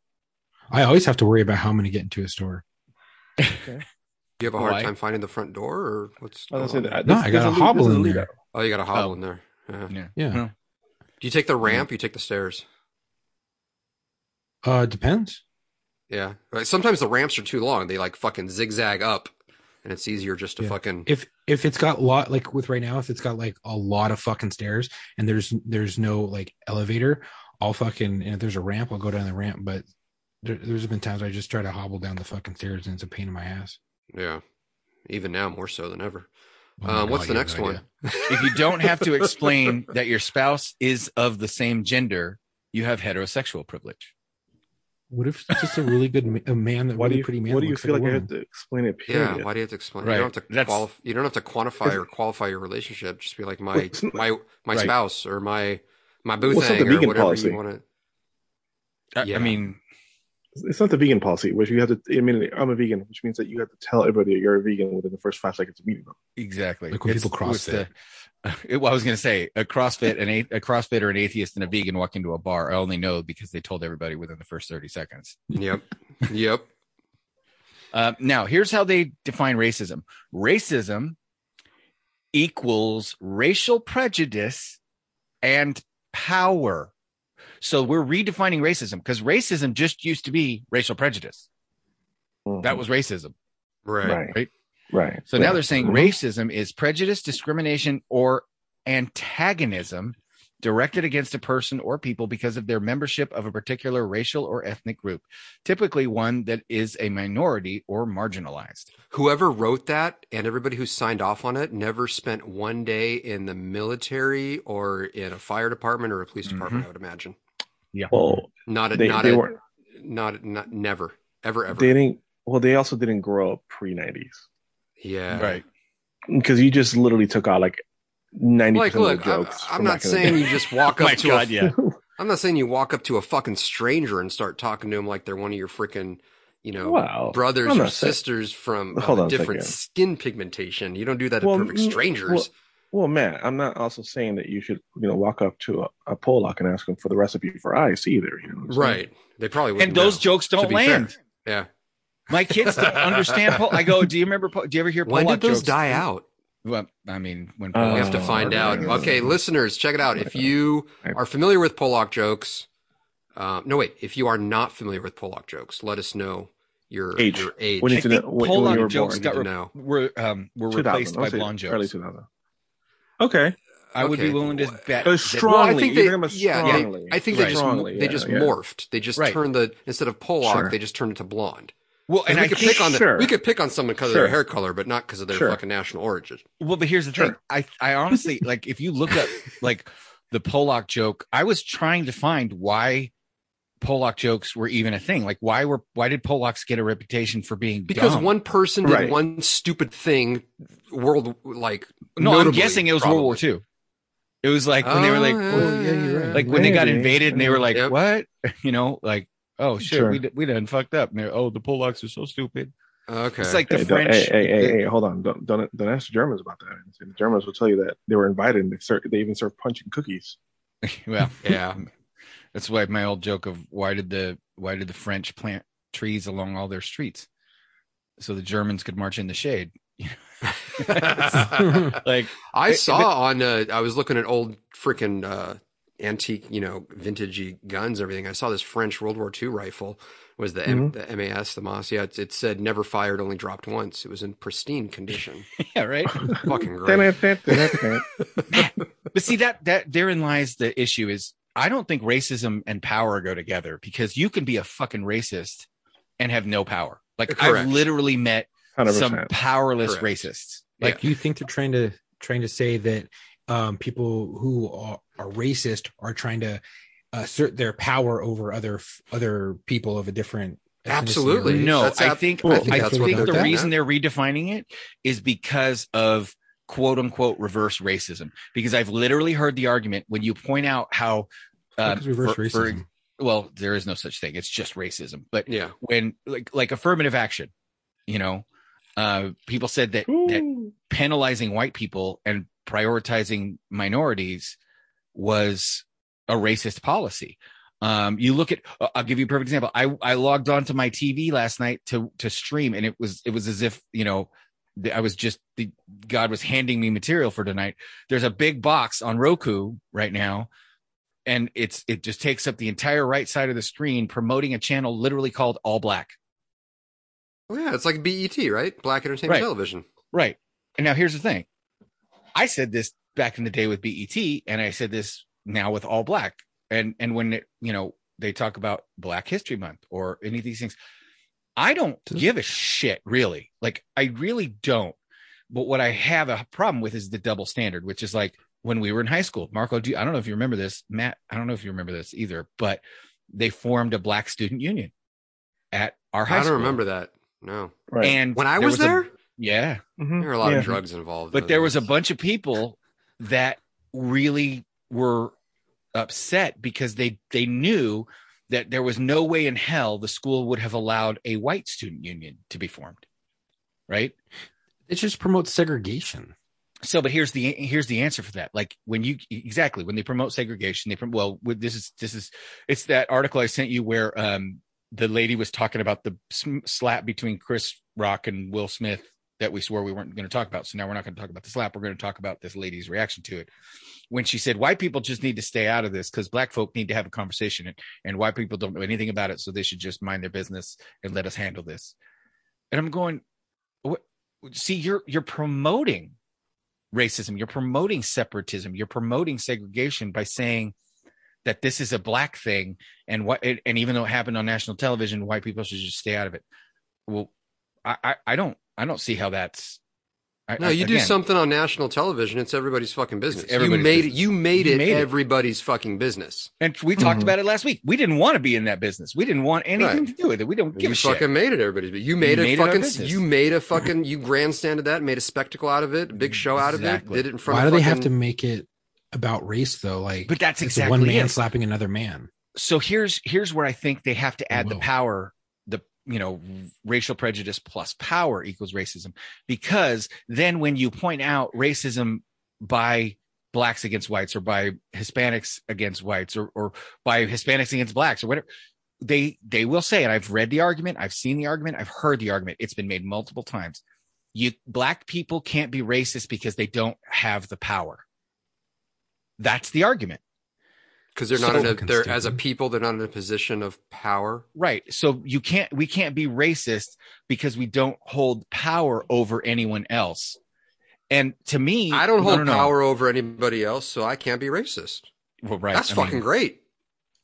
Speaker 9: I always have to worry about how I'm going to get into a store.
Speaker 7: Do you have a hard
Speaker 8: Why?
Speaker 7: time finding the front door, or what's?
Speaker 10: I
Speaker 7: Going
Speaker 10: was gonna say
Speaker 7: on?
Speaker 10: that-
Speaker 9: No,
Speaker 10: this-
Speaker 9: I
Speaker 10: this
Speaker 9: got a
Speaker 10: is lead-
Speaker 9: hobble
Speaker 10: this is
Speaker 9: in
Speaker 10: lead
Speaker 9: there.
Speaker 10: out.
Speaker 7: Oh, you got a hobble
Speaker 8: Oh.
Speaker 7: in there. Yeah. Do
Speaker 8: yeah.
Speaker 9: Yeah.
Speaker 8: No.
Speaker 7: you take the
Speaker 10: Mm-hmm.
Speaker 7: ramp? You take the stairs?
Speaker 9: Uh, depends.
Speaker 7: Yeah. Right, Sometimes the ramps are too long. They like fucking zigzag up, and it's easier just to
Speaker 9: Yeah.
Speaker 7: fucking.
Speaker 9: If if it's got lot like with right now, if it's got like a lot of fucking stairs and there's there's no like elevator, I'll fucking and if there's a ramp, I'll go down the ramp. But there, there's been times I just try to hobble down the fucking stairs and it's a pain in my ass.
Speaker 7: Yeah. Even now, more so than ever.
Speaker 9: Oh my
Speaker 7: um, what's the
Speaker 9: God, you have
Speaker 7: next
Speaker 9: no
Speaker 7: one?
Speaker 9: idea.
Speaker 8: If you don't have to explain <laughs> that your spouse is of the same gender, you have heterosexual privilege.
Speaker 9: What if it's just a really good ma- a man that
Speaker 10: Why do
Speaker 9: really
Speaker 10: you?
Speaker 9: pretty man?
Speaker 10: What
Speaker 9: that
Speaker 10: do you
Speaker 9: looks
Speaker 10: feel like I
Speaker 9: a
Speaker 10: have
Speaker 9: woman?
Speaker 10: to explain it?
Speaker 7: Yeah,
Speaker 10: Period.
Speaker 7: why do you have to explain?
Speaker 8: Right.
Speaker 7: You don't have to
Speaker 8: That's-
Speaker 7: qualify. You don't have to quantify
Speaker 10: It's-
Speaker 7: or qualify your relationship. Just be like
Speaker 10: Well,
Speaker 7: my
Speaker 10: it's not-
Speaker 7: my my
Speaker 8: Right.
Speaker 7: spouse or my my
Speaker 10: it's not
Speaker 7: boothang
Speaker 10: the
Speaker 7: or
Speaker 10: vegan
Speaker 7: whatever
Speaker 10: policy.
Speaker 7: you want to.
Speaker 8: I, I
Speaker 7: Yeah.
Speaker 8: mean,
Speaker 10: It's not the vegan policy, which you have to. I mean, I'm a vegan, which means that you have to tell everybody that you're a vegan within the first five seconds of meeting them.
Speaker 8: exactly.
Speaker 9: Like when people
Speaker 8: with
Speaker 9: CrossFit.
Speaker 8: the- <laughs> it- well, I was going to say a CrossFit and a, a CrossFit or an atheist and a vegan walk into a bar. I only know because they told everybody within the first thirty seconds.
Speaker 7: Yep, yep.
Speaker 8: Uh, now, here's how they define racism racism equals racial prejudice and power. So we're redefining racism because racism just used to be racial prejudice. That was racism.
Speaker 7: Right.
Speaker 10: right,
Speaker 8: right.
Speaker 10: right.
Speaker 8: So
Speaker 10: Yeah.
Speaker 8: now they're saying
Speaker 10: Mhm.
Speaker 8: racism is prejudice, discrimination, or antagonism directed against a person or people because of their membership of a particular racial or ethnic group, typically one that is a minority or marginalized.
Speaker 7: Whoever wrote that and everybody who signed off on it never spent one day in the military or in a fire department or a police department. I would imagine
Speaker 10: Well,
Speaker 7: not a,
Speaker 10: Mm-hmm. they,
Speaker 7: not
Speaker 10: they
Speaker 7: a,
Speaker 10: weren't.
Speaker 7: not not never ever ever.
Speaker 10: They didn't. Well, they also didn't grow up pre '90s
Speaker 7: yeah,
Speaker 8: Right.
Speaker 10: because you just literally took out like ninety
Speaker 7: Like,
Speaker 10: percent
Speaker 7: look,
Speaker 10: of the jokes.
Speaker 7: I, am
Speaker 10: from
Speaker 7: not
Speaker 10: back in the day.
Speaker 7: saying you
Speaker 10: <laughs>
Speaker 7: just
Speaker 10: Oh
Speaker 7: walk up
Speaker 8: My
Speaker 7: to <laughs>
Speaker 8: God, <laughs>
Speaker 7: a,
Speaker 8: yeah.
Speaker 7: I'm not saying you walk up to a fucking stranger and start talking to them like they're one of your freaking, you know,
Speaker 10: Well,
Speaker 7: brothers
Speaker 10: I'm
Speaker 7: or
Speaker 10: not saying-
Speaker 7: sisters from of
Speaker 10: Hold
Speaker 7: a
Speaker 10: on a
Speaker 7: different
Speaker 10: second.
Speaker 7: skin pigmentation. You don't do that to
Speaker 10: Well,
Speaker 7: perfect
Speaker 10: mm,
Speaker 7: strangers.
Speaker 10: well- Well, Matt, I'm not also saying that you should, you know, walk up to a, a Pollock and ask him for the recipe for ice either. You know, what I'm saying?
Speaker 7: right. They probably wouldn't.
Speaker 8: and those
Speaker 7: know,
Speaker 8: jokes
Speaker 7: to
Speaker 8: don't
Speaker 7: be fair.
Speaker 8: land.
Speaker 7: Yeah.
Speaker 8: My
Speaker 7: <laughs>
Speaker 8: kids don't understand. Pol- I go, do you remember? Pol- Do you ever hear?
Speaker 7: When
Speaker 8: Pollock
Speaker 7: did those
Speaker 8: jokes?
Speaker 7: die out?
Speaker 8: Well, I mean, when
Speaker 10: Uh,
Speaker 7: We
Speaker 8: Pollock
Speaker 7: have to
Speaker 10: Oh,
Speaker 7: find
Speaker 10: right,
Speaker 7: out.
Speaker 10: right, right,
Speaker 7: Okay,
Speaker 10: right.
Speaker 7: listeners, check it out. If you are familiar with Pollock jokes, uh, no wait, if you are not familiar with Pollock jokes, let us know your
Speaker 10: Age.
Speaker 7: Your age.
Speaker 10: When
Speaker 8: I
Speaker 10: you-
Speaker 8: think
Speaker 10: when- when
Speaker 8: Pollock
Speaker 10: you were
Speaker 8: jokes
Speaker 7: born.
Speaker 8: got re-
Speaker 7: No.
Speaker 8: were um, were
Speaker 10: 2000,
Speaker 8: replaced by
Speaker 10: let's say
Speaker 8: blonde jokes.
Speaker 10: Early 2000. Okay.
Speaker 8: I would be
Speaker 7: Okay.
Speaker 8: willing to bet
Speaker 10: But
Speaker 8: that-
Speaker 10: Oh, strongly,
Speaker 7: well, I think
Speaker 10: you're
Speaker 7: they,
Speaker 10: talking about
Speaker 7: yeah, they-
Speaker 10: strongly.
Speaker 7: I think
Speaker 8: Right.
Speaker 7: they just
Speaker 10: Strongly,
Speaker 7: they
Speaker 10: yeah,
Speaker 7: just
Speaker 10: yeah.
Speaker 7: morphed. They just
Speaker 8: Right.
Speaker 7: turned the instead of Pollock,
Speaker 10: Sure.
Speaker 7: they just turned it to blonde.
Speaker 8: well,
Speaker 7: And,
Speaker 8: and
Speaker 7: we
Speaker 8: I
Speaker 7: could
Speaker 8: think-
Speaker 7: pick on the
Speaker 10: Sure.
Speaker 7: we could pick on someone because of
Speaker 10: Sure.
Speaker 7: their hair color, but not because of their
Speaker 10: Sure.
Speaker 7: fucking national origin.
Speaker 8: Well, but here's the thing.
Speaker 10: Sure.
Speaker 8: I I honestly like if you look up like the Pollock joke, I was trying to find why Pollock jokes were even a thing. Like why were why did Pollocks get a reputation for being
Speaker 7: Because
Speaker 8: dumb?
Speaker 7: one person did
Speaker 10: Right.
Speaker 7: one stupid thing, world like
Speaker 8: No, I'm
Speaker 7: notably,
Speaker 8: guessing it was World War
Speaker 7: probably.
Speaker 8: II. It was like when they were like
Speaker 9: Oh, yeah, you're right.
Speaker 8: like when they got
Speaker 10: Maybe.
Speaker 8: invaded and they were like
Speaker 7: Yep.
Speaker 8: what <laughs> you know like oh shit
Speaker 10: Sure.
Speaker 8: we d- we done fucked up and they're oh the Pollocks are so stupid.
Speaker 7: Okay.
Speaker 8: It's like the
Speaker 10: Hey, don't-
Speaker 8: French.
Speaker 10: hey, hey, hey, hey, hold on! Don't, don't don't ask the Germans about that. The Germans will tell you that they were invited. and They, ser- they even served punch and cookies.
Speaker 8: <laughs> well,
Speaker 7: yeah. <laughs>
Speaker 8: That's why my old joke of why did the why did the French plant trees along all their streets so the Germans could march in the shade? Like <laughs>
Speaker 7: I
Speaker 8: If
Speaker 7: saw on uh, I was looking at old freaking uh, antique, you know, vintagey guns, and everything. I saw this French World War II rifle It was the,
Speaker 8: Mm-hmm.
Speaker 7: M- the MAS, the MAS. Yeah, it, it said never fired, only dropped once. It was in pristine
Speaker 8: <laughs>
Speaker 7: condition.
Speaker 8: yeah, right.
Speaker 7: Fucking
Speaker 10: <laughs>
Speaker 7: <laughs> great.
Speaker 10: That's
Speaker 8: But see that that therein lies the issue is I don't think racism and power go together because you can be a fucking racist and have no power. Like I've
Speaker 7: Correct.
Speaker 8: literally met some
Speaker 10: 100%.
Speaker 8: powerless
Speaker 7: Correct.
Speaker 8: racists.
Speaker 7: Yeah.
Speaker 8: Like
Speaker 9: Do you think they're trying to trying to say that um, people who are, are racist are trying to assert their power over other f- other people of a different ethnicity or
Speaker 7: Absolutely.
Speaker 9: race?
Speaker 8: No,
Speaker 7: That's
Speaker 8: I
Speaker 7: ab-
Speaker 8: think
Speaker 10: Cool.
Speaker 8: I think,
Speaker 9: I
Speaker 8: I
Speaker 9: think
Speaker 8: think
Speaker 9: that's
Speaker 8: the
Speaker 9: what
Speaker 8: reason
Speaker 7: they're
Speaker 8: they're redefining it is because of quote unquote reverse racism. Because I've literally heard the argument when you point out how uh,
Speaker 9: Because reverse
Speaker 8: for- for-
Speaker 9: racism.
Speaker 8: well, there is no such thing. It's just racism. But
Speaker 7: Yeah.
Speaker 8: when like like affirmative action, you know, uh, people said that that
Speaker 10: Ooh.
Speaker 8: penalizing white people and prioritizing minorities was a racist policy. Um, you look at, I- I'll give you a perfect example. I, I logged onto my TV last night to, to stream and it was, it was as if, you know, the- I was just, the, God was handing me material for tonight. There's a big box on Roku right now. And it's, it just takes up the entire right side of the screen promoting a channel literally called all black.
Speaker 7: Well, Oh, yeah, it's like BET, right? Black Entertainment
Speaker 8: Right.
Speaker 7: Television.
Speaker 8: Right. And now here's the thing. I said this back in the day with BET, and I said this now with All Black. And and when it, you know they talk about Black History Month or any of these things, I don't give a shit really. Like I really don't. But what I have a problem with is the double standard, which is like when we were in high school. Marco, do you, I don't know if you remember this, Matt. I don't know if you remember this either, but they formed a Black student union at our high
Speaker 7: I
Speaker 8: school.
Speaker 7: don't remember that. No.
Speaker 10: Right.
Speaker 8: And
Speaker 7: When I was, there,
Speaker 8: a- Mm-hmm. yeah,
Speaker 10: Mhm.
Speaker 7: there were a lot
Speaker 10: Yeah.
Speaker 7: of drugs involved.
Speaker 8: but there was a bunch of people that really were upset because they they knew that there was no way in hell the school would have allowed a white student union to be formed right
Speaker 9: It just promotes segregation.
Speaker 8: so but here's the here's the answer for that like when you exactly when they promote segregation they prom- well with, this is this is it's that article i sent you where um the lady was talking about the sm- slap between chris rock and will smith that we swore we weren't going to talk about so now we're not going to talk about the slap we're going to talk about this lady's reaction to it when she said white people just need to stay out of this because black folk need to have a conversation and, and white people don't know anything about it so they should just mind their business and let us handle this and i'm going what see you're you're promoting racism you're promoting separatism you're promoting segregation by saying that this is a black thing and what and and even though it happened on national television white people should just stay out of it well i i, I don't i don't see how that's I-
Speaker 7: No,
Speaker 8: I-
Speaker 7: you do
Speaker 8: again,
Speaker 7: something on national television, it's everybody's fucking business.
Speaker 8: It's everybody's
Speaker 7: you made
Speaker 8: business.
Speaker 7: it. You made
Speaker 8: You
Speaker 7: it
Speaker 8: made it.
Speaker 7: everybody's fucking business.
Speaker 8: and we talked about it last week. We didn't want to be in that business. We didn't want anything
Speaker 7: Mm-hmm. Right.
Speaker 8: to do with it. We don't give
Speaker 7: you
Speaker 8: a
Speaker 7: fucking
Speaker 8: shit.
Speaker 7: made it everybody's. But you made
Speaker 8: You
Speaker 7: a
Speaker 8: made it our
Speaker 7: fucking.
Speaker 8: business.
Speaker 7: you made a fucking. You grandstanded that, made a spectacle out of it, a big show out of
Speaker 8: Exactly.
Speaker 7: it. Did it in front.
Speaker 9: Why do
Speaker 7: of
Speaker 9: they have to
Speaker 7: fucking-
Speaker 9: make it about race though? Like,
Speaker 8: But that's
Speaker 9: it's
Speaker 8: exactly
Speaker 9: one man
Speaker 8: it.
Speaker 9: slapping another man.
Speaker 8: so here's here's where I think they have to add the
Speaker 9: Whoa.
Speaker 8: power, the you know, racial prejudice plus power equals racism, because then when you point out racism by blacks against whites or by Hispanics against whites or or by Hispanics against blacks or whatever, they they will say, and I've read the argument, I've seen the argument, I've heard the argument. It's been made multiple times. You black people can't be racist because they don't have the power. That's the argument.
Speaker 7: because they're not
Speaker 8: So
Speaker 7: in a
Speaker 9: fucking
Speaker 7: they're as a
Speaker 9: stupid.
Speaker 7: people they're not in a position of power
Speaker 8: Right. So you can't we can't be racist because we don't hold power over anyone else. And to me,
Speaker 7: i don't
Speaker 8: no,
Speaker 7: hold
Speaker 8: no, no.
Speaker 7: power over anybody else so i can't be racist
Speaker 8: Well, right.
Speaker 7: that's
Speaker 8: I mean,
Speaker 7: fucking great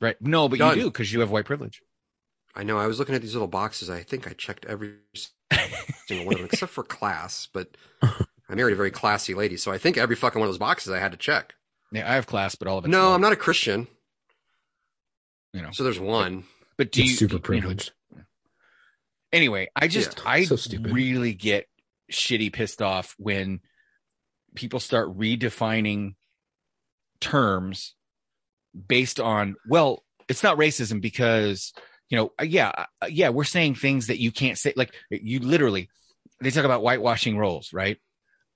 Speaker 8: right. No, but
Speaker 7: Done.
Speaker 8: you do because you have white privilege.
Speaker 7: i know i was looking at these little boxes i think i checked every <laughs> single one of them except for class
Speaker 8: <laughs>
Speaker 7: but i married a very classy lady so i think every fucking one of those boxes i had to check
Speaker 8: Yeah, I have class, but all of it.
Speaker 7: no i'm not a christian
Speaker 8: You know.
Speaker 7: so there's one
Speaker 8: But do
Speaker 9: it's
Speaker 8: you
Speaker 9: super
Speaker 8: you know,
Speaker 9: privileged?
Speaker 8: anyway, I just I
Speaker 9: so stupid.
Speaker 8: really get shitty pissed off when people start redefining terms based on well, it's not racism because you know, uh, yeah, uh, yeah, we're saying things that you can't say like you literally they talk about whitewashing roles, right?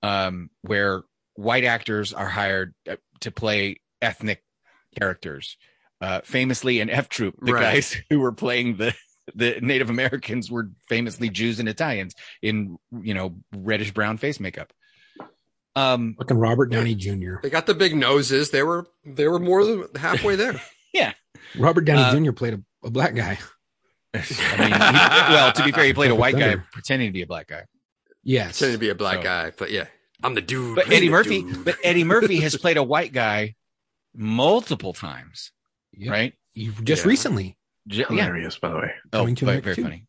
Speaker 8: Um where white actors are hired uh, to play ethnic characters. Uh famously in F Troop, the
Speaker 7: Right.
Speaker 8: guys <laughs> who were playing the the Native Americans were famously Jews and Italians in you know reddish brown face makeup.
Speaker 9: <laughs>
Speaker 8: Um,
Speaker 9: Fucking Robert Downey Jr.
Speaker 7: they got the big noses they were they were more than halfway there
Speaker 9: Robert Downey
Speaker 8: Uh,
Speaker 9: Jr. played a, a black guy.
Speaker 8: I mean, he- well, to be fair, he played a white guy
Speaker 9: Thunder.
Speaker 8: pretending to be a black guy.
Speaker 9: Yes,
Speaker 7: pretending to be a black
Speaker 8: <laughs> So-
Speaker 7: guy but yeah i'm the dude
Speaker 8: But
Speaker 7: I'm the
Speaker 8: Eddie Murphy,
Speaker 7: dude.
Speaker 8: but Eddie Murphy
Speaker 9: <laughs>
Speaker 8: has played a white guy multiple times,
Speaker 9: Yep.
Speaker 8: right?
Speaker 9: You- just
Speaker 7: Yeah.
Speaker 9: recently.
Speaker 8: J- Yeah,
Speaker 10: Hilarious, by the way.
Speaker 8: oh,
Speaker 9: Coming to
Speaker 8: very,
Speaker 9: America
Speaker 8: very
Speaker 9: too.
Speaker 8: funny.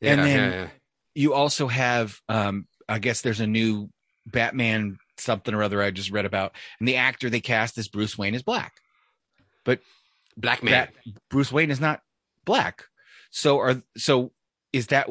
Speaker 7: yeah,
Speaker 8: and then-
Speaker 7: yeah, yeah.
Speaker 8: You also have, um, I guess there's a new Batman something or other I just read about, and the actor they cast as Bruce Wayne is black.
Speaker 7: black man
Speaker 8: that Bruce Wayne is not black. So are so is that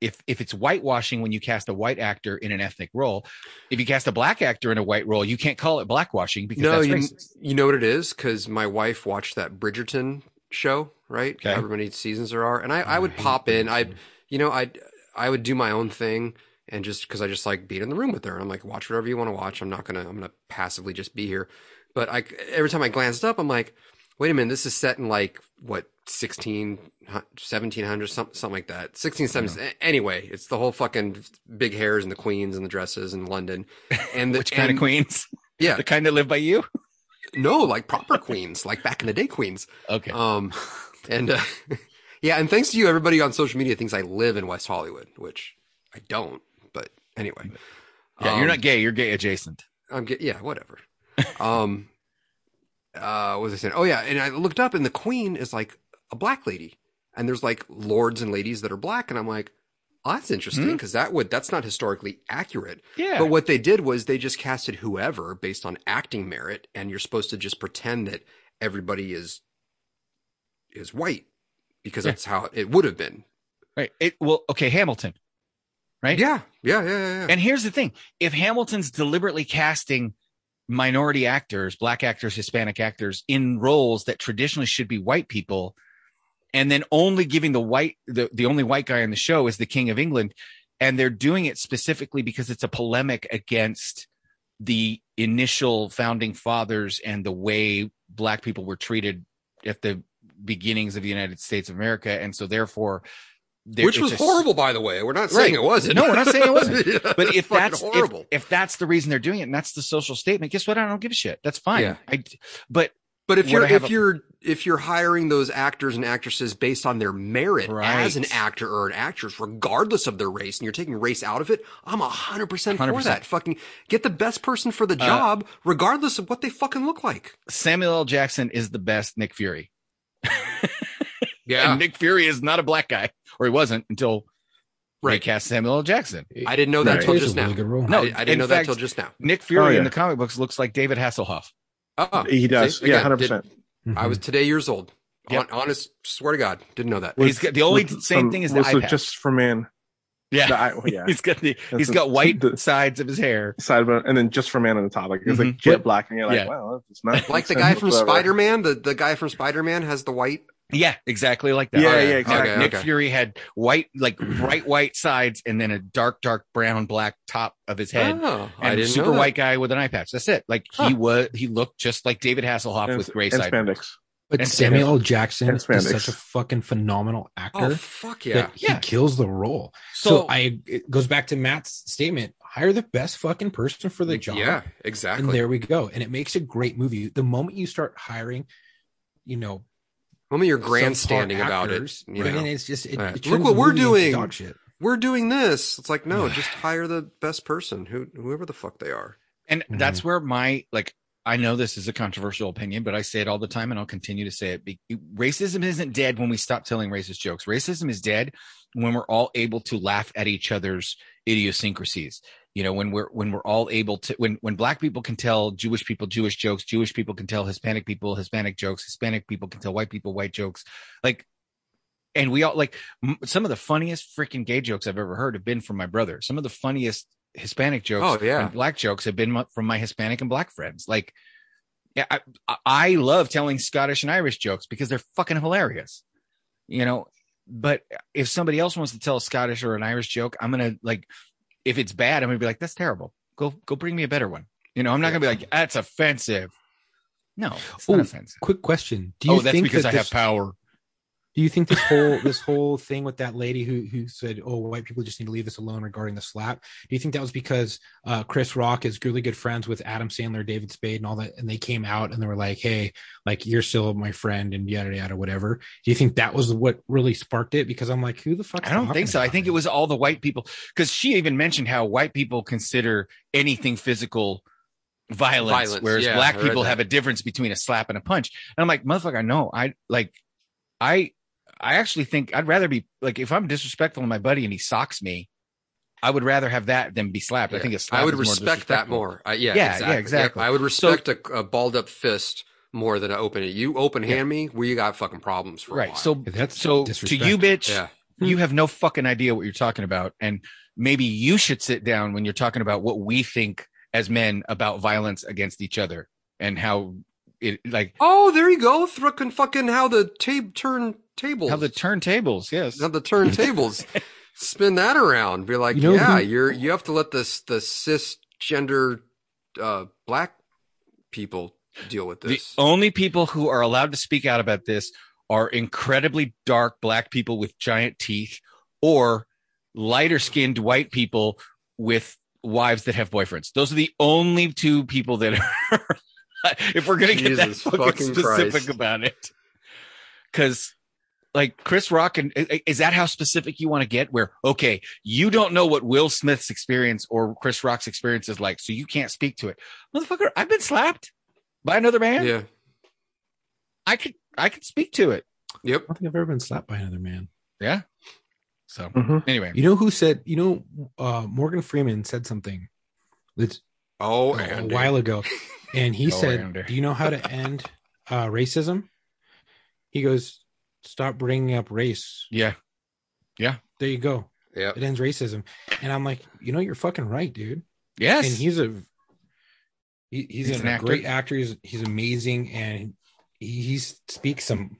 Speaker 8: if if it's whitewashing when you cast a white actor in an ethnic role, if you cast a black actor in a white role, you can't call it blackwashing because
Speaker 7: no,
Speaker 8: that's
Speaker 7: you,
Speaker 8: racist.
Speaker 7: you know what it is because my wife watched that Bridgerton show, right?
Speaker 8: Okay. Oh,
Speaker 7: However many seasons there are, and I, I would
Speaker 8: I hate
Speaker 7: pop in. I,
Speaker 8: Bridgerton.
Speaker 7: you know, I I would do my own thing and just because I just like being in the room with her. And I'm like, watch whatever you want to watch. I'm not gonna I'm gonna passively just be here. But I every time I glanced up, I'm like, wait a minute, this is set in like what 16 1700 something, something like that 1670s A- anyway it's the whole fucking big hairs and the queens and the dresses in
Speaker 8: <laughs>
Speaker 7: london and the
Speaker 8: Which kind of
Speaker 7: and-
Speaker 8: queens? <laughs>
Speaker 7: yeah
Speaker 8: The kind that live by you?
Speaker 7: no, like proper queens, like back in the day queens.
Speaker 8: Okay.
Speaker 7: Um, <laughs> and uh, yeah, and thanks to you, everybody on social media thinks I live in West Hollywood, which I don't. But anyway,
Speaker 8: yeah, you're
Speaker 7: um,
Speaker 8: not gay, you're gay adjacent.
Speaker 7: I'm get yeah, whatever. um, uh, what was I saying? Oh yeah, and I looked up, and the queen is like a black lady, and there's like lords and ladies that are black, and I'm like, oh, that's interesting because that would that's not historically accurate.
Speaker 8: Yeah.
Speaker 7: But what they did was they just casted whoever based on acting merit, and you're supposed to just pretend that everybody is is white because
Speaker 8: Yeah.
Speaker 7: that's how it would have been.
Speaker 8: Right. It well, okay, Hamilton. Right?
Speaker 7: Yeah, yeah, yeah, yeah. yeah.
Speaker 8: And here's the thing if Hamilton's deliberately casting minority actors, black actors, Hispanic actors in roles that traditionally should be white people, and then only giving the white, the, the only white guy in the show is the King of England, and they're doing it specifically because it's a polemic against the initial founding fathers and the way black people were treated at the beginnings of the United States of America. And so therefore, there-
Speaker 7: Which
Speaker 8: it's
Speaker 7: was
Speaker 8: a-
Speaker 7: horrible, by the way. We're not
Speaker 8: Right.
Speaker 7: saying it wasn't.
Speaker 8: No, we're not saying it
Speaker 7: <laughs>
Speaker 8: wasn't.
Speaker 7: Yeah,
Speaker 8: but
Speaker 7: it's
Speaker 8: if
Speaker 7: fucking
Speaker 8: that's if,
Speaker 7: horrible,
Speaker 8: if that's the reason they're doing it and that's the social statement guess what i don't give a shit that's fine
Speaker 7: Yeah.
Speaker 8: I, but
Speaker 7: But if
Speaker 8: would
Speaker 7: you're
Speaker 8: have
Speaker 7: if
Speaker 8: a-
Speaker 7: you're if you're hiring those actors and actresses based on their merit as an
Speaker 8: Right.
Speaker 7: actor or an actress, regardless of their race, and you're taking race out of it, I'm hundred percent for
Speaker 8: 100%.
Speaker 7: that. Fucking get the best person for the
Speaker 8: Uh,
Speaker 7: job, regardless of what they fucking look like.
Speaker 8: samuel l jackson is the best nick fury and nick fury is not a black guy or he wasn't until
Speaker 7: Right.
Speaker 8: They cast Samuel L. Jackson.
Speaker 7: I didn't know that
Speaker 10: Right.
Speaker 7: till
Speaker 9: Here's
Speaker 7: just
Speaker 9: a
Speaker 7: now.
Speaker 9: really good role.
Speaker 7: No,
Speaker 8: No,
Speaker 7: I, I
Speaker 8: in
Speaker 7: didn't know that
Speaker 8: fact-
Speaker 7: till just now.
Speaker 8: Nick Fury
Speaker 10: Oh, yeah.
Speaker 8: in the comic books looks like David Hasselhoff.
Speaker 7: Oh,
Speaker 10: He does.
Speaker 7: see?
Speaker 10: yeah,
Speaker 7: Again,
Speaker 10: hundred
Speaker 7: did-
Speaker 10: percent.
Speaker 9: Mhm.
Speaker 7: I was today years old.
Speaker 8: Yep.
Speaker 7: Hon- honest, swear to God, didn't know that.
Speaker 8: He's got- the only same thing is the eye patch.
Speaker 10: just for man.
Speaker 8: Yeah.
Speaker 10: The eye- well, yeah.
Speaker 8: <laughs> He's got the,
Speaker 10: That's
Speaker 8: he's
Speaker 10: a- <laughs>
Speaker 8: got white
Speaker 10: the-
Speaker 8: sides of his hair.
Speaker 10: Sidebone, and then just for man on the top, like it's like
Speaker 8: Mhm.
Speaker 10: jet
Speaker 8: But-
Speaker 10: black, and you're like,
Speaker 8: yeah.
Speaker 10: wow, it's not
Speaker 7: Like the guy from
Speaker 10: whatsoever.
Speaker 7: Spider Man, the, the guy from Spider Man has the white.
Speaker 8: Yeah, exactly like that.
Speaker 10: Yeah,
Speaker 7: Oh, Okay,
Speaker 10: yeah,
Speaker 7: okay,
Speaker 10: exactly.
Speaker 7: okay.
Speaker 8: Nick Fury had white, like bright white sides, and then a dark, dark brown, black top of his head.
Speaker 7: Oh,
Speaker 8: and
Speaker 7: I didn't
Speaker 8: super
Speaker 7: know that.
Speaker 8: white guy with an eye patch. That's it. Like he
Speaker 7: Huh.
Speaker 8: was, he looked just like David Hasselhoff
Speaker 10: And-
Speaker 8: with gray
Speaker 10: and
Speaker 8: side.
Speaker 10: spandex.
Speaker 9: But
Speaker 8: and
Speaker 9: Samuel L. Jackson
Speaker 10: and
Speaker 9: is
Speaker 10: spandex.
Speaker 9: such a fucking phenomenal
Speaker 7: Oh,
Speaker 9: actor
Speaker 7: fuck yeah.
Speaker 9: that he
Speaker 8: Yeah.
Speaker 9: kills the role. So,
Speaker 8: So,
Speaker 9: I it goes back to Matt's statement: hire the best fucking person for the job.
Speaker 7: Yeah,
Speaker 9: and
Speaker 7: exactly.
Speaker 9: there we go. And it makes a great movie. The moment you start hiring, you know,
Speaker 7: When you're
Speaker 9: subpar
Speaker 7: grandstanding about it,
Speaker 9: actors,
Speaker 7: you
Speaker 9: then
Speaker 7: know.
Speaker 9: it's just it,
Speaker 7: Right.
Speaker 9: it
Speaker 7: Look
Speaker 9: turns
Speaker 7: what
Speaker 9: the
Speaker 7: we're
Speaker 9: movie into
Speaker 7: doing.
Speaker 9: Dog shit.
Speaker 7: we're doing this. It's like, no,
Speaker 9: <sighs>
Speaker 7: just hire the best person, who whoever the fuck they are.
Speaker 8: and
Speaker 9: Mhm.
Speaker 8: that's where my like. I know this is a controversial opinion, but I say it all the time, and I'll continue to say it. Be- Racism isn't dead when we stop telling racist jokes. Racism is dead when we're all able to laugh at each other's idiosyncrasies. You know, when we're when we're all able to when when black people can tell Jewish people Jewish jokes, Jewish people can tell Hispanic people Hispanic jokes, Hispanic people can tell white people white jokes. Like and we all like m- some of the funniest freaking gay jokes I've ever heard have been from my brother. Some of the funniest Hispanic jokes
Speaker 7: Oh, yeah.
Speaker 8: and black jokes have been mu- from my Hispanic and black friends. Like yeah, I, I- I love telling Scottish and Irish jokes because they're fucking hilarious. You know, but if somebody else wants to tell a Scottish or an Irish joke, I'm gonna like if it's bad, I'm gonna be like, that's terrible. Go go bring me a better one. You know, I'm not gonna be like, that's offensive. No, it's not
Speaker 9: Ooh,
Speaker 8: offensive.
Speaker 9: Quick question: Do you
Speaker 8: Oh, that's
Speaker 9: think
Speaker 8: because
Speaker 9: that
Speaker 8: I
Speaker 9: this,
Speaker 8: have power.
Speaker 9: Do
Speaker 8: <laughs>
Speaker 9: you think this whole this whole thing with that lady who who said, "Oh, white people just need to leave us alone" regarding the slap? Do you think that was because uh, Chris Rock is really good friends with Adam Sandler, David Spade, and all that, and they came out and they were like, "Hey, like you're still my friend," and yada yada whatever? Do you think that was what really sparked it? Because I'm like, who the fuck?
Speaker 8: I don't think so. I think it was all the white people because she even mentioned how white people consider anything physical violence,
Speaker 7: Violence,
Speaker 8: whereas
Speaker 7: yeah, I
Speaker 8: black
Speaker 7: read
Speaker 8: people
Speaker 7: that.
Speaker 8: have a difference between a slap and a punch. And I'm like, motherfucker, no, I like, I, I actually think I'd rather be like if I'm disrespectful to my buddy and he socks me, I would rather have that than be slapped. I
Speaker 7: Yeah.
Speaker 8: think a slap
Speaker 7: I would
Speaker 8: is
Speaker 7: respect that
Speaker 8: disrespectful.
Speaker 7: more. I, yeah,
Speaker 8: Yeah, yeah,
Speaker 7: exactly. Yep.
Speaker 8: exactly.
Speaker 7: I would respect a, a balled up fist more than an open it. You open hand me, we got fucking problems for a
Speaker 8: Right.
Speaker 7: while.
Speaker 8: So
Speaker 9: That's
Speaker 8: so to
Speaker 9: disrespect.
Speaker 8: you, bitch,
Speaker 7: yeah,
Speaker 8: you have no fucking idea what you're talking about and maybe you should sit down when you're talking about what we think as men about violence against each other and how it like
Speaker 7: Oh, there you go. Fucking fucking how the tape turn tables.
Speaker 8: how the turntables yes
Speaker 7: how the
Speaker 10: <laughs>
Speaker 7: turntables spin that around. Be like,
Speaker 9: You know
Speaker 7: yeah,
Speaker 9: who-
Speaker 7: you're you have to let this the cisgender uh, black people deal with
Speaker 8: the Oh,
Speaker 7: this.
Speaker 8: only people who are allowed to speak out about this are incredibly dark black people with giant teeth or lighter skinned white people with wives that have boyfriends those are the only two people that are <laughs> if we're gonna get
Speaker 7: Jesus
Speaker 8: that fucking,
Speaker 7: fucking
Speaker 8: specific
Speaker 7: Christ.
Speaker 8: about it because like chris rock and i- i- is that how specific you want to get where okay you don't know what will smith's experience or chris rock's experience is like so you can't speak to it motherfucker i've been slapped by another man
Speaker 7: yeah.
Speaker 8: I could I could speak to it.
Speaker 7: Yep.
Speaker 9: I don't think I've ever been slapped by another man.
Speaker 8: Yeah. So
Speaker 10: Mhm.
Speaker 8: anyway,
Speaker 9: You know who said? You know, uh, Morgan Freeman said something. That's uh,
Speaker 7: Oh,
Speaker 9: a- a
Speaker 7: and
Speaker 9: while ago, and he
Speaker 8: <laughs> Oh,
Speaker 9: said,
Speaker 8: Andy.
Speaker 9: "Do you know how to end uh, racism?" He goes, "Stop bringing up race."
Speaker 8: yeah,
Speaker 9: There you go.
Speaker 7: Yep.
Speaker 9: It ends racism, and I'm like, you know, you're fucking right, dude.
Speaker 8: yes,
Speaker 9: And he's a he, he's,
Speaker 8: He's
Speaker 9: a
Speaker 8: an actor.
Speaker 9: great actor. He's he's amazing, and he, he speaks some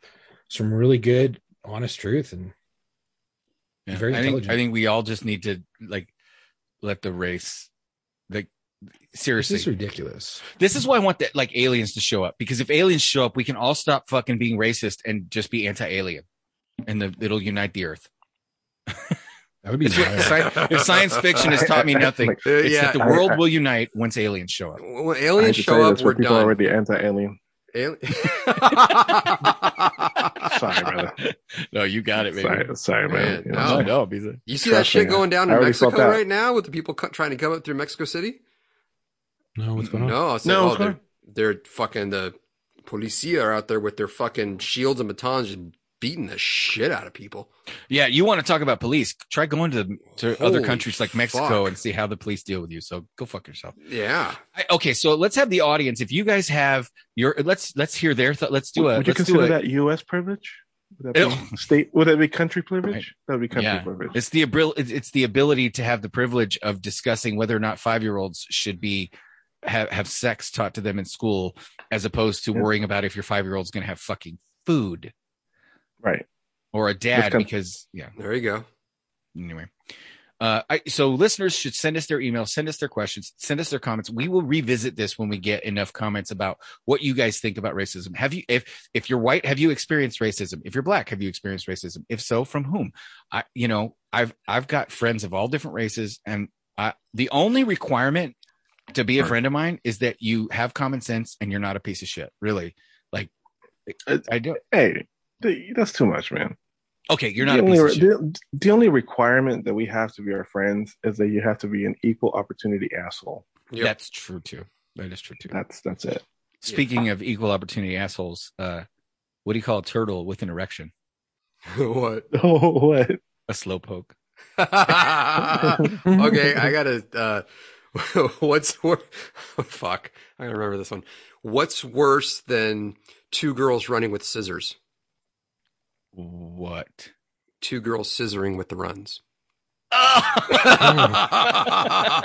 Speaker 9: some really good, honest truth. And
Speaker 8: Yeah.
Speaker 9: very
Speaker 8: I think,
Speaker 9: intelligent.
Speaker 8: I think we all just need to like let the race, like
Speaker 9: this
Speaker 8: seriously,
Speaker 9: is ridiculous.
Speaker 8: This is why I want that like aliens to show up because if aliens show up, we can all stop fucking being racist and just be anti-alien, and the, it'll unite the earth.
Speaker 9: That would be
Speaker 8: It's what,
Speaker 9: wild.
Speaker 8: sci- if science fiction has
Speaker 9: <laughs>
Speaker 8: taught me nothing,
Speaker 10: <laughs> Like,
Speaker 7: Uh,
Speaker 8: it's
Speaker 7: yeah.
Speaker 8: that the
Speaker 10: I-
Speaker 8: world
Speaker 10: I-
Speaker 8: will unite once aliens show up.
Speaker 7: When
Speaker 10: I hate
Speaker 7: aliens
Speaker 10: to
Speaker 7: show
Speaker 10: tell you
Speaker 7: up,
Speaker 10: this, but
Speaker 7: we're
Speaker 10: people are
Speaker 7: done.
Speaker 8: <laughs>
Speaker 10: already anti-alien.
Speaker 7: Ali-
Speaker 10: <laughs> Sorry, brother.
Speaker 8: <laughs> No, you got it, baby.
Speaker 10: Sorry, sorry,
Speaker 7: Man,
Speaker 10: man. You know,
Speaker 7: no.
Speaker 8: No, no, be the-
Speaker 7: <laughs> you see that
Speaker 10: Trust me,
Speaker 7: shit going down
Speaker 10: I
Speaker 7: in
Speaker 10: already felt
Speaker 7: Mexico
Speaker 10: that.
Speaker 7: right now with the people cu- trying to come up through Mexico City?
Speaker 9: No, what's going on?
Speaker 7: No, I was
Speaker 10: Hmm. No,
Speaker 7: no, oh,
Speaker 10: it's
Speaker 7: they're, they're fucking the policia are out there with their fucking shields and batons just beating the shit out of people.
Speaker 8: Yeah, you want to talk about police? Try going to to other
Speaker 7: Holy
Speaker 8: countries like Mexico
Speaker 7: fuck.
Speaker 8: and see how the police deal with you. So go fuck yourself.
Speaker 7: Yeah.
Speaker 8: I, okay, so let's have the audience. If you guys have your, let's let's hear their thought. Let's do a.
Speaker 10: would you
Speaker 8: let's do
Speaker 10: consider
Speaker 8: a,
Speaker 10: that U.S. privilege? Would that
Speaker 8: Ew.
Speaker 10: be state? Would that be country privilege? That would be country
Speaker 8: Yeah.
Speaker 10: privilege.
Speaker 8: It's the ability. It's the ability to have the privilege of discussing whether or not five year olds should be have have sex taught to them in school, as opposed to
Speaker 10: Yeah.
Speaker 8: worrying about if your five year old's going to have fucking food
Speaker 10: right.
Speaker 8: or a dad.
Speaker 10: kind-
Speaker 8: because yeah,
Speaker 7: There you go.
Speaker 8: anyway. Uh, I, so listeners should send us their emails, send us their questions, send us their comments. We will revisit this when we get enough comments about what you guys think about racism. Have you, if if you're white, have you experienced racism? If you're black, have you experienced racism? If so, from whom? I, you know, I've I've got friends of all different races, and I, the only requirement to be a friend of mine is that you have common sense and you're not a piece of shit. Really, like I, I don't.
Speaker 10: Hey, th- that's too much, man.
Speaker 8: Okay, you're not
Speaker 10: the
Speaker 8: a
Speaker 10: only
Speaker 8: piece of shit.
Speaker 10: the, the only requirement that we have to be our friends is that you have to be an equal opportunity asshole.
Speaker 7: Yep.
Speaker 8: That's true too. That is true too.
Speaker 10: That's that's it.
Speaker 8: Speaking of equal opportunity assholes, uh, what do you call a turtle with an erection?
Speaker 7: <laughs> what? <laughs>
Speaker 10: Oh, <laughs> what?
Speaker 8: A slowpoke.
Speaker 7: okay, I gotta. Uh, <laughs> what's wor- <laughs> fuck? I gotta remember this one. What's worse than two girls running with scissors?
Speaker 8: What?
Speaker 7: Two girls scissoring with the runs. <laughs>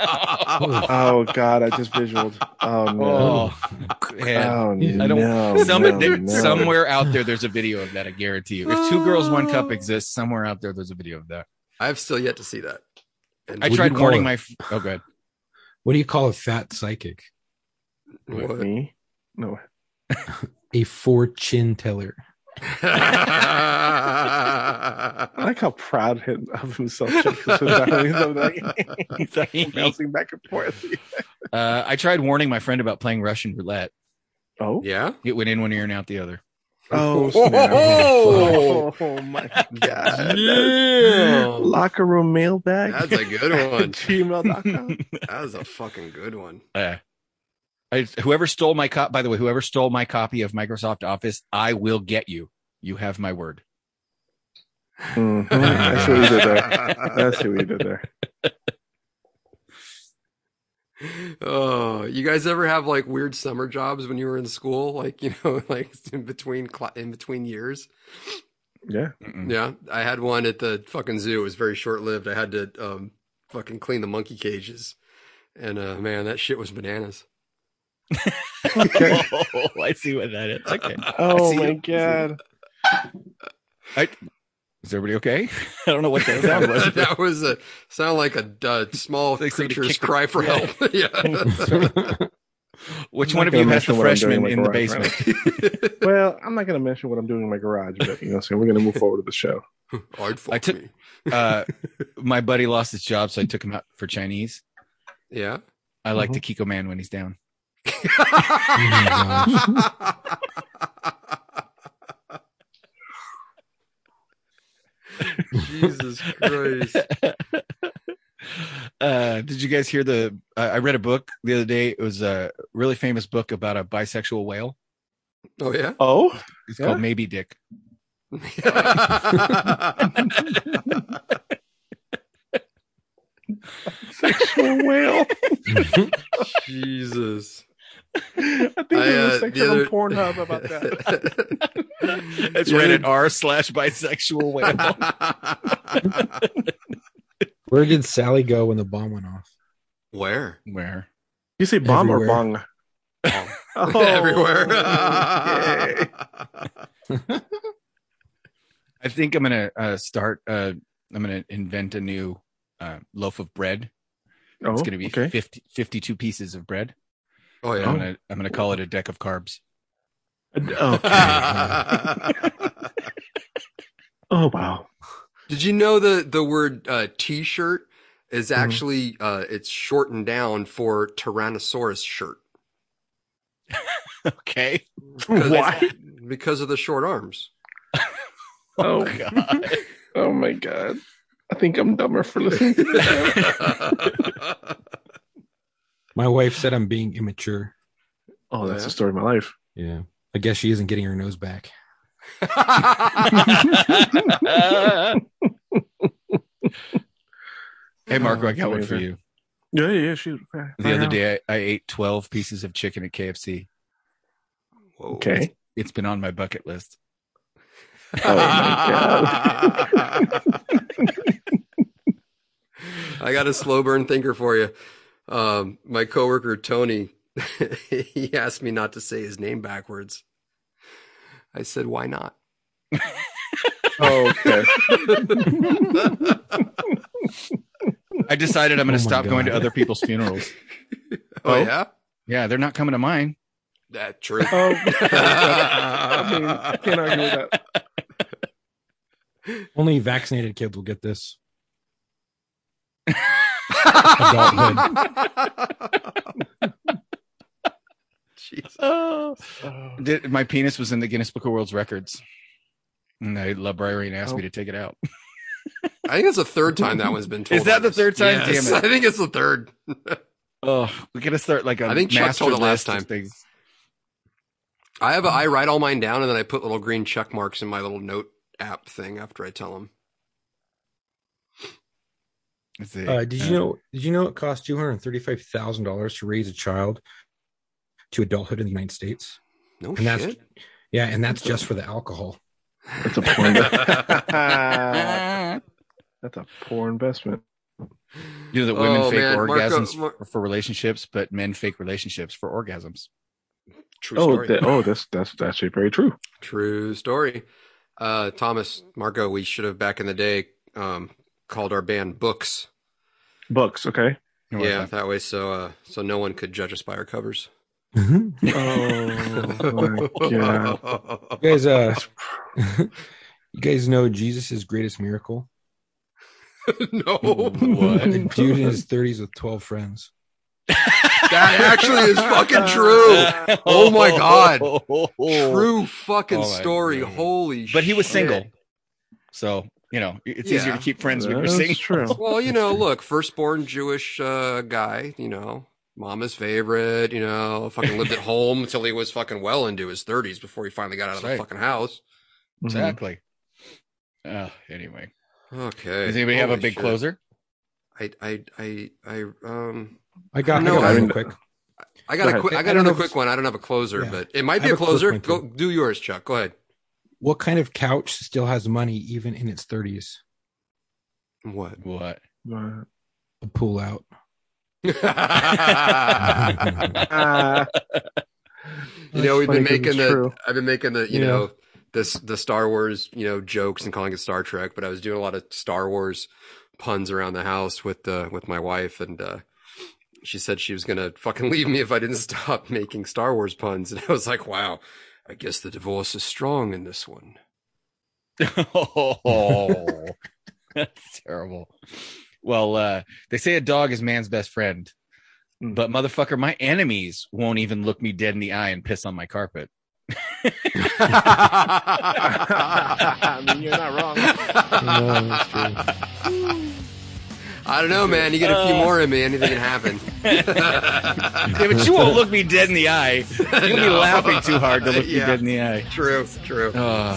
Speaker 10: Oh God, I just visualed. Oh no.
Speaker 8: <laughs> oh, man.
Speaker 10: Oh,
Speaker 9: Yeah.
Speaker 8: I don't-
Speaker 10: no,
Speaker 8: <laughs> Some-
Speaker 10: no,
Speaker 8: there-
Speaker 10: no.
Speaker 8: Somewhere out there, there's a video of that. I guarantee you. If two girls, one cup exists, somewhere out there, there's a video of that.
Speaker 7: I've still yet to see that. And
Speaker 8: I
Speaker 9: What do
Speaker 8: tried
Speaker 9: you call
Speaker 8: warning
Speaker 9: it?
Speaker 8: my. F- oh, good.
Speaker 9: What do you call a fat psychic?
Speaker 10: Wait,
Speaker 7: what-
Speaker 10: me? No.
Speaker 9: A fortune teller.
Speaker 10: I like how proud him, of himself Chuck is without him, like,
Speaker 8: <laughs>
Speaker 10: <laughs> bouncing back and forth.
Speaker 8: Uh, I tried warning my friend about playing Russian roulette.
Speaker 10: Oh.
Speaker 7: <laughs> yeah.
Speaker 8: It went in one ear and out the other.
Speaker 10: Oh.
Speaker 7: Oh,
Speaker 10: snap.
Speaker 7: oh,
Speaker 10: Oh, my God. <laughs>
Speaker 7: Yeah.
Speaker 10: Locker room mailbag.
Speaker 7: That's a good
Speaker 10: at <laughs>
Speaker 7: one.
Speaker 10: gmail.com.
Speaker 7: That was a fucking good one.
Speaker 8: Uh, I, whoever stole my cop, by the way, whoever stole my copy of Microsoft Office, I will get you. You have my word.
Speaker 10: Mhm. I see what you did there.
Speaker 7: <laughs>
Speaker 10: I see what you did <laughs> there.
Speaker 7: Oh, you guys ever have like weird summer jobs when you were in school? Like, you know, <laughs> like in between cla in between years?
Speaker 10: Yeah.
Speaker 8: Mm-mm.
Speaker 7: Yeah, I had one at the fucking zoo. It was very short-lived. I had to um fucking clean the monkey cages. And uh man, that shit was bananas.
Speaker 8: oh, <laughs> I see what that is. Okay.
Speaker 10: Oh
Speaker 8: see
Speaker 10: my
Speaker 8: you.
Speaker 10: God.
Speaker 8: <laughs> Is everybody okay? I don't know what that <laughs> sound was.
Speaker 7: <laughs> that was a sound like a uh, small
Speaker 8: Like somebody
Speaker 7: creature's
Speaker 8: kicked the-
Speaker 7: cry for
Speaker 8: <laughs>
Speaker 7: help. yeah.
Speaker 8: Which
Speaker 10: I'm
Speaker 8: one of
Speaker 10: not
Speaker 8: you
Speaker 10: gonna
Speaker 8: has the
Speaker 10: mention what I'm doing
Speaker 8: freshman
Speaker 10: with
Speaker 8: in the
Speaker 10: Verizon right
Speaker 8: basement?
Speaker 10: Well, I'm not going to mention what I'm doing in my garage, but you know, so we're going to move forward with the show.
Speaker 7: <laughs> Hard
Speaker 8: I
Speaker 7: fuck
Speaker 8: took-
Speaker 7: me.
Speaker 8: <laughs> uh, my buddy lost his job, so I took him out for Chinese. <laughs>
Speaker 7: Yeah. <laughs>
Speaker 8: I like the Kiko man when he's down.
Speaker 7: Jesus Christ.
Speaker 8: Uh, did you guys hear the? I I read a book the other day. It was a really famous book about a bisexual whale.
Speaker 7: Oh yeah. <laughs>
Speaker 10: Oh,
Speaker 8: It's
Speaker 10: Yeah?
Speaker 8: called Maybe Dick.
Speaker 10: sexual whale.
Speaker 7: Jesus.
Speaker 10: <laughs> I think
Speaker 7: I,
Speaker 10: there's
Speaker 7: uh,
Speaker 10: a section on Pornhub
Speaker 7: <laughs>
Speaker 10: about that.
Speaker 8: <laughs> It's
Speaker 7: The other-
Speaker 8: rated R slash bisexual whale.
Speaker 9: Where did Sally go when the bomb went off?
Speaker 7: <laughs> Where?
Speaker 8: <laughs> Where?
Speaker 10: You say bomb
Speaker 9: Everywhere.
Speaker 10: or bong? Oh,
Speaker 7: <laughs>
Speaker 10: <laughs>
Speaker 7: Everywhere. <laughs>
Speaker 10: yay.
Speaker 8: I think I'm gonna uh, start. Uh, I'm gonna invent a new uh, loaf of bread.
Speaker 10: Oh,
Speaker 8: it's gonna be
Speaker 10: okay.
Speaker 8: 50, 52 pieces of bread.
Speaker 7: Oh
Speaker 8: I'm
Speaker 7: yeah.
Speaker 8: gonna I'm gonna call it a deck
Speaker 7: <laughs>
Speaker 8: of carbs. <laughs>
Speaker 10: Uh, Oh
Speaker 7: <laughs>
Speaker 10: wow.
Speaker 7: Did you know the the word uh, t-shirt is
Speaker 10: Mm-hmm.
Speaker 7: actually uh, it's shortened down for Tyrannosaurus
Speaker 10: <laughs>
Speaker 7: shirt
Speaker 8: Okay.
Speaker 10: Why?
Speaker 7: because of the short
Speaker 10: <laughs>
Speaker 7: arms. <laughs>
Speaker 10: Oh,
Speaker 8: God.
Speaker 10: oh my god. I think I'm dumber for listening to this.
Speaker 8: <laughs>
Speaker 9: My wife said I'm being immature.
Speaker 10: Oh, that's
Speaker 7: Yeah.
Speaker 10: <laughs> the story of my life.
Speaker 9: Yeah. I guess she isn't getting her nose back.
Speaker 8: <laughs> hey, Marco, I got one for you.
Speaker 10: Amazing. Yeah, yeah, yeah, shoot. Fire
Speaker 8: The other
Speaker 10: out.
Speaker 8: day, I, I ate 12 pieces of chicken at KFC.
Speaker 7: Whoa.
Speaker 10: Okay. <laughs>
Speaker 8: It's been on my bucket list.
Speaker 10: Oh my
Speaker 7: I got a slow burn thinker for you. Um, my coworker Tony, <laughs> he asked me not to say his name backwards. I said, "Why not?"
Speaker 10: Oh, okay.
Speaker 8: <laughs> I decided I'm going
Speaker 9: Oh
Speaker 8: to
Speaker 9: my
Speaker 8: stop going to
Speaker 9: God.
Speaker 8: other people's <laughs> funerals.
Speaker 7: Oh,
Speaker 10: Oh.
Speaker 7: yeah,
Speaker 8: Yeah, they're not coming to <laughs> mine.
Speaker 7: that true.
Speaker 10: Oh,
Speaker 7: <laughs>
Speaker 10: <laughs> okay. Um, <laughs> I mean, can't argue with that.
Speaker 9: Only vaccinated kids will get this.
Speaker 7: Jesus.
Speaker 8: Oh. Did, my penis was in the Guinness Book of World's Records. And the librarian asked me to take it out.
Speaker 7: I think it's the third time that one's been told.
Speaker 8: Is that
Speaker 7: on
Speaker 8: the
Speaker 7: this.
Speaker 8: third time?
Speaker 7: Yes,
Speaker 8: Damn it.
Speaker 7: I think it's the third.
Speaker 8: Oh, we got to start like a
Speaker 7: I think Chuck
Speaker 8: master
Speaker 7: told it last
Speaker 8: list of
Speaker 7: time.
Speaker 8: Things.
Speaker 7: I have a, I write all mine down and then I put little green check marks in my little note app thing after I tell them.
Speaker 8: Let's see.
Speaker 9: Uh, did you
Speaker 8: Uh,
Speaker 9: know? Did you know it cost two hundred thirty-five thousand dollars to raise a child to adulthood in the United States?
Speaker 7: No
Speaker 9: And that's
Speaker 7: shit.
Speaker 9: yeah, and that's just for the alcohol.
Speaker 10: <laughs> That's a poor investment. That's a poor investment.
Speaker 8: You know that women
Speaker 7: Oh,
Speaker 8: fake
Speaker 7: man, Marco-
Speaker 8: orgasms
Speaker 7: Mar-
Speaker 8: for, for relationships, but men fake relationships for orgasms.
Speaker 7: True
Speaker 10: Oh,
Speaker 7: story.
Speaker 10: that, oh, that's that's actually very true.
Speaker 7: True story. Uh, Thomas, Marco, we should have back in the day um, called our band Books.
Speaker 10: Books, okay.
Speaker 8: You know what I
Speaker 7: yeah,
Speaker 8: thought?
Speaker 7: that way so uh, so no one could judge us by our covers.
Speaker 9: Mm-hmm.
Speaker 10: Oh my god.
Speaker 9: You guys, uh, <laughs> you guys know Jesus' greatest miracle?
Speaker 7: <laughs>
Speaker 10: <laughs>
Speaker 7: no,
Speaker 8: What?
Speaker 9: A dude in his thirties with twelve friends.
Speaker 7: that actually is fucking <laughs> true. Oh my God. True fucking
Speaker 8: Oh my
Speaker 7: story.
Speaker 8: God.
Speaker 7: Holy
Speaker 8: <laughs> But he was
Speaker 7: shit.
Speaker 8: single, so you know it's easier
Speaker 7: Yeah.
Speaker 8: to keep friends when you're
Speaker 10: That's
Speaker 8: single. <laughs>
Speaker 10: true. Mm-hmm.
Speaker 7: Well, you know, look, firstborn Jewish uh, guy, you know, mama's favorite, you know, fucking
Speaker 8: <laughs>
Speaker 7: lived at home until he was fucking well into his 30s before he finally got out of the
Speaker 8: Right.
Speaker 7: fucking house.
Speaker 10: Mhm.
Speaker 8: Exactly. Uh, anyway,
Speaker 7: Okay.
Speaker 8: does anybody have a
Speaker 7: Holy
Speaker 8: big
Speaker 7: shit.
Speaker 8: closer?
Speaker 7: I, I, I, I, um,
Speaker 9: I got,
Speaker 7: No,
Speaker 9: I
Speaker 7: I
Speaker 9: got one
Speaker 10: mean-
Speaker 9: real quick.
Speaker 7: I got
Speaker 10: Go
Speaker 7: a
Speaker 10: ahead.
Speaker 7: quick,
Speaker 9: I-
Speaker 7: I
Speaker 9: I
Speaker 7: got
Speaker 9: don't
Speaker 7: another
Speaker 9: know if-
Speaker 7: quick one. I don't have a closer,
Speaker 9: Yeah.
Speaker 7: but it might
Speaker 9: I
Speaker 7: be a
Speaker 9: have a quick
Speaker 7: closer.
Speaker 9: one, too.
Speaker 7: Go do yours, Chuck. Go ahead.
Speaker 9: What kind of couch still has money even in its thirties?
Speaker 7: <laughs> What?
Speaker 8: What?
Speaker 10: <laughs> But-
Speaker 9: A pull
Speaker 7: <laughs>
Speaker 9: out.
Speaker 7: Oh,
Speaker 10: Ah,
Speaker 7: you know, we've
Speaker 10: funny
Speaker 7: been
Speaker 10: 'cause
Speaker 7: making
Speaker 10: it's
Speaker 7: the,
Speaker 10: true.
Speaker 7: I've been making the, you
Speaker 10: Yeah.
Speaker 7: know, this the Star Wars, you know, jokes and calling it Star Trek, but I was doing a lot of Star Wars puns around the house with uh, with my wife, and uh, she said she was gonna fucking leave me if I didn't <laughs> stop making Star Wars puns, and I was like, wow, I guess the divorce is strong in this one.
Speaker 8: <laughs> oh, that's terrible. Well, uh, they say a dog is man's best friend,
Speaker 10: Mm.
Speaker 8: but motherfucker, my enemies won't even look me dead in the eye and piss on my
Speaker 7: <laughs>
Speaker 8: carpet.
Speaker 10: <laughs>
Speaker 8: <laughs>
Speaker 10: I mean, you're not wrong.
Speaker 9: No, that's true.
Speaker 7: I don't know, man. You get a few
Speaker 8: Uh.
Speaker 7: more in me, anything can happen.
Speaker 8: Yeah, but you won't look me dead in the eye. You'll be
Speaker 7: No.
Speaker 8: laughing too hard to look me
Speaker 7: <laughs> Yeah.
Speaker 8: dead in the eye.
Speaker 7: true, true.
Speaker 8: Uh,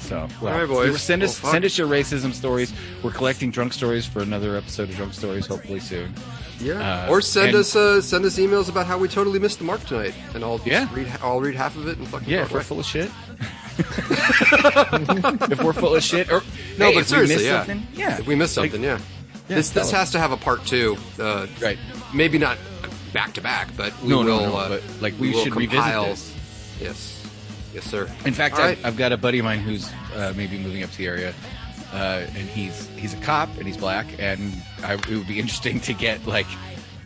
Speaker 8: so, well,
Speaker 7: All right, boys.
Speaker 8: send us
Speaker 7: Well, fuck.
Speaker 8: send us your racism stories. We're collecting drunk stories for another episode of Drunk Stories, hopefully soon.
Speaker 7: Yeah.
Speaker 8: Uh,
Speaker 7: or send
Speaker 8: and-
Speaker 7: us uh, send us emails about how we totally missed the mark tonight, and I'll just
Speaker 8: Yeah.
Speaker 7: read I'll read half of it and fucking
Speaker 8: Yeah,
Speaker 7: throw
Speaker 8: if
Speaker 7: it away.
Speaker 8: we're full of shit. <laughs> if we're full of shit, or
Speaker 7: No, but
Speaker 8: hey, if we
Speaker 7: seriously,
Speaker 8: miss
Speaker 7: yeah.
Speaker 8: something, yeah,
Speaker 7: If we missed something, yeah. This
Speaker 8: tell
Speaker 7: this
Speaker 8: us.
Speaker 7: has to have a part two. Uh,
Speaker 8: right.
Speaker 7: Maybe not back to back, but we
Speaker 8: No, no,
Speaker 7: will.
Speaker 8: no,
Speaker 7: uh,
Speaker 8: but, like, we
Speaker 7: will
Speaker 8: should revisit
Speaker 7: compile.
Speaker 8: this.
Speaker 7: Yes, yes, sir.
Speaker 8: In fact,
Speaker 7: All
Speaker 8: I,
Speaker 7: right.
Speaker 8: I've got a buddy of mine who's uh, maybe moving up to the area, uh, and he's he's a cop and he's black, and I, it would be <laughs> interesting to get like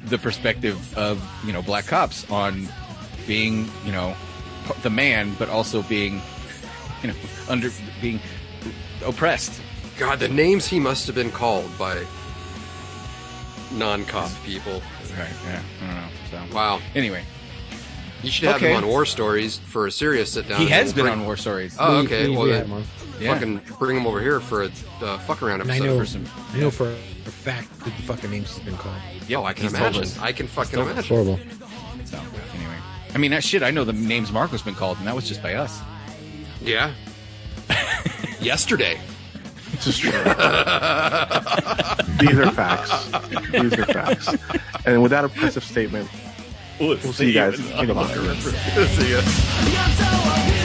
Speaker 8: the perspective of you know black cops on being you know p- the man, but also being you know under being oppressed.
Speaker 7: God, the names he must have been called by non-cop people.
Speaker 8: Right? Yeah. I don't know. So
Speaker 7: Wow.
Speaker 8: Anyway,
Speaker 7: You should have
Speaker 8: Okay.
Speaker 7: him on War Stories for a serious sit down.
Speaker 8: he has
Speaker 7: We'll
Speaker 8: been
Speaker 7: bring-
Speaker 8: on War Stories.
Speaker 7: Oh,
Speaker 9: We-
Speaker 7: okay.
Speaker 9: we-
Speaker 7: well,
Speaker 9: we
Speaker 7: then
Speaker 9: had one.
Speaker 8: Yeah.
Speaker 7: fucking bring him over here for a uh, fuck around
Speaker 9: And I
Speaker 7: episode.
Speaker 9: know,
Speaker 7: for
Speaker 8: some-
Speaker 9: I know for a fact that the fucking names has been called.
Speaker 8: Yep,
Speaker 7: oh, I can
Speaker 8: he's told
Speaker 7: imagine.
Speaker 8: us.
Speaker 7: I can fucking
Speaker 8: told us.
Speaker 7: imagine.
Speaker 9: Horrible.
Speaker 8: So <laughs> anyway, I mean that shit. I know the names Marco's been called, and that was just by us.
Speaker 7: Yeah. yesterday.
Speaker 10: This is true. <laughs> These are facts. These are facts. And with that oppressive statement, we'll see you guys in a locker room.
Speaker 7: See ya.
Speaker 1: I'm so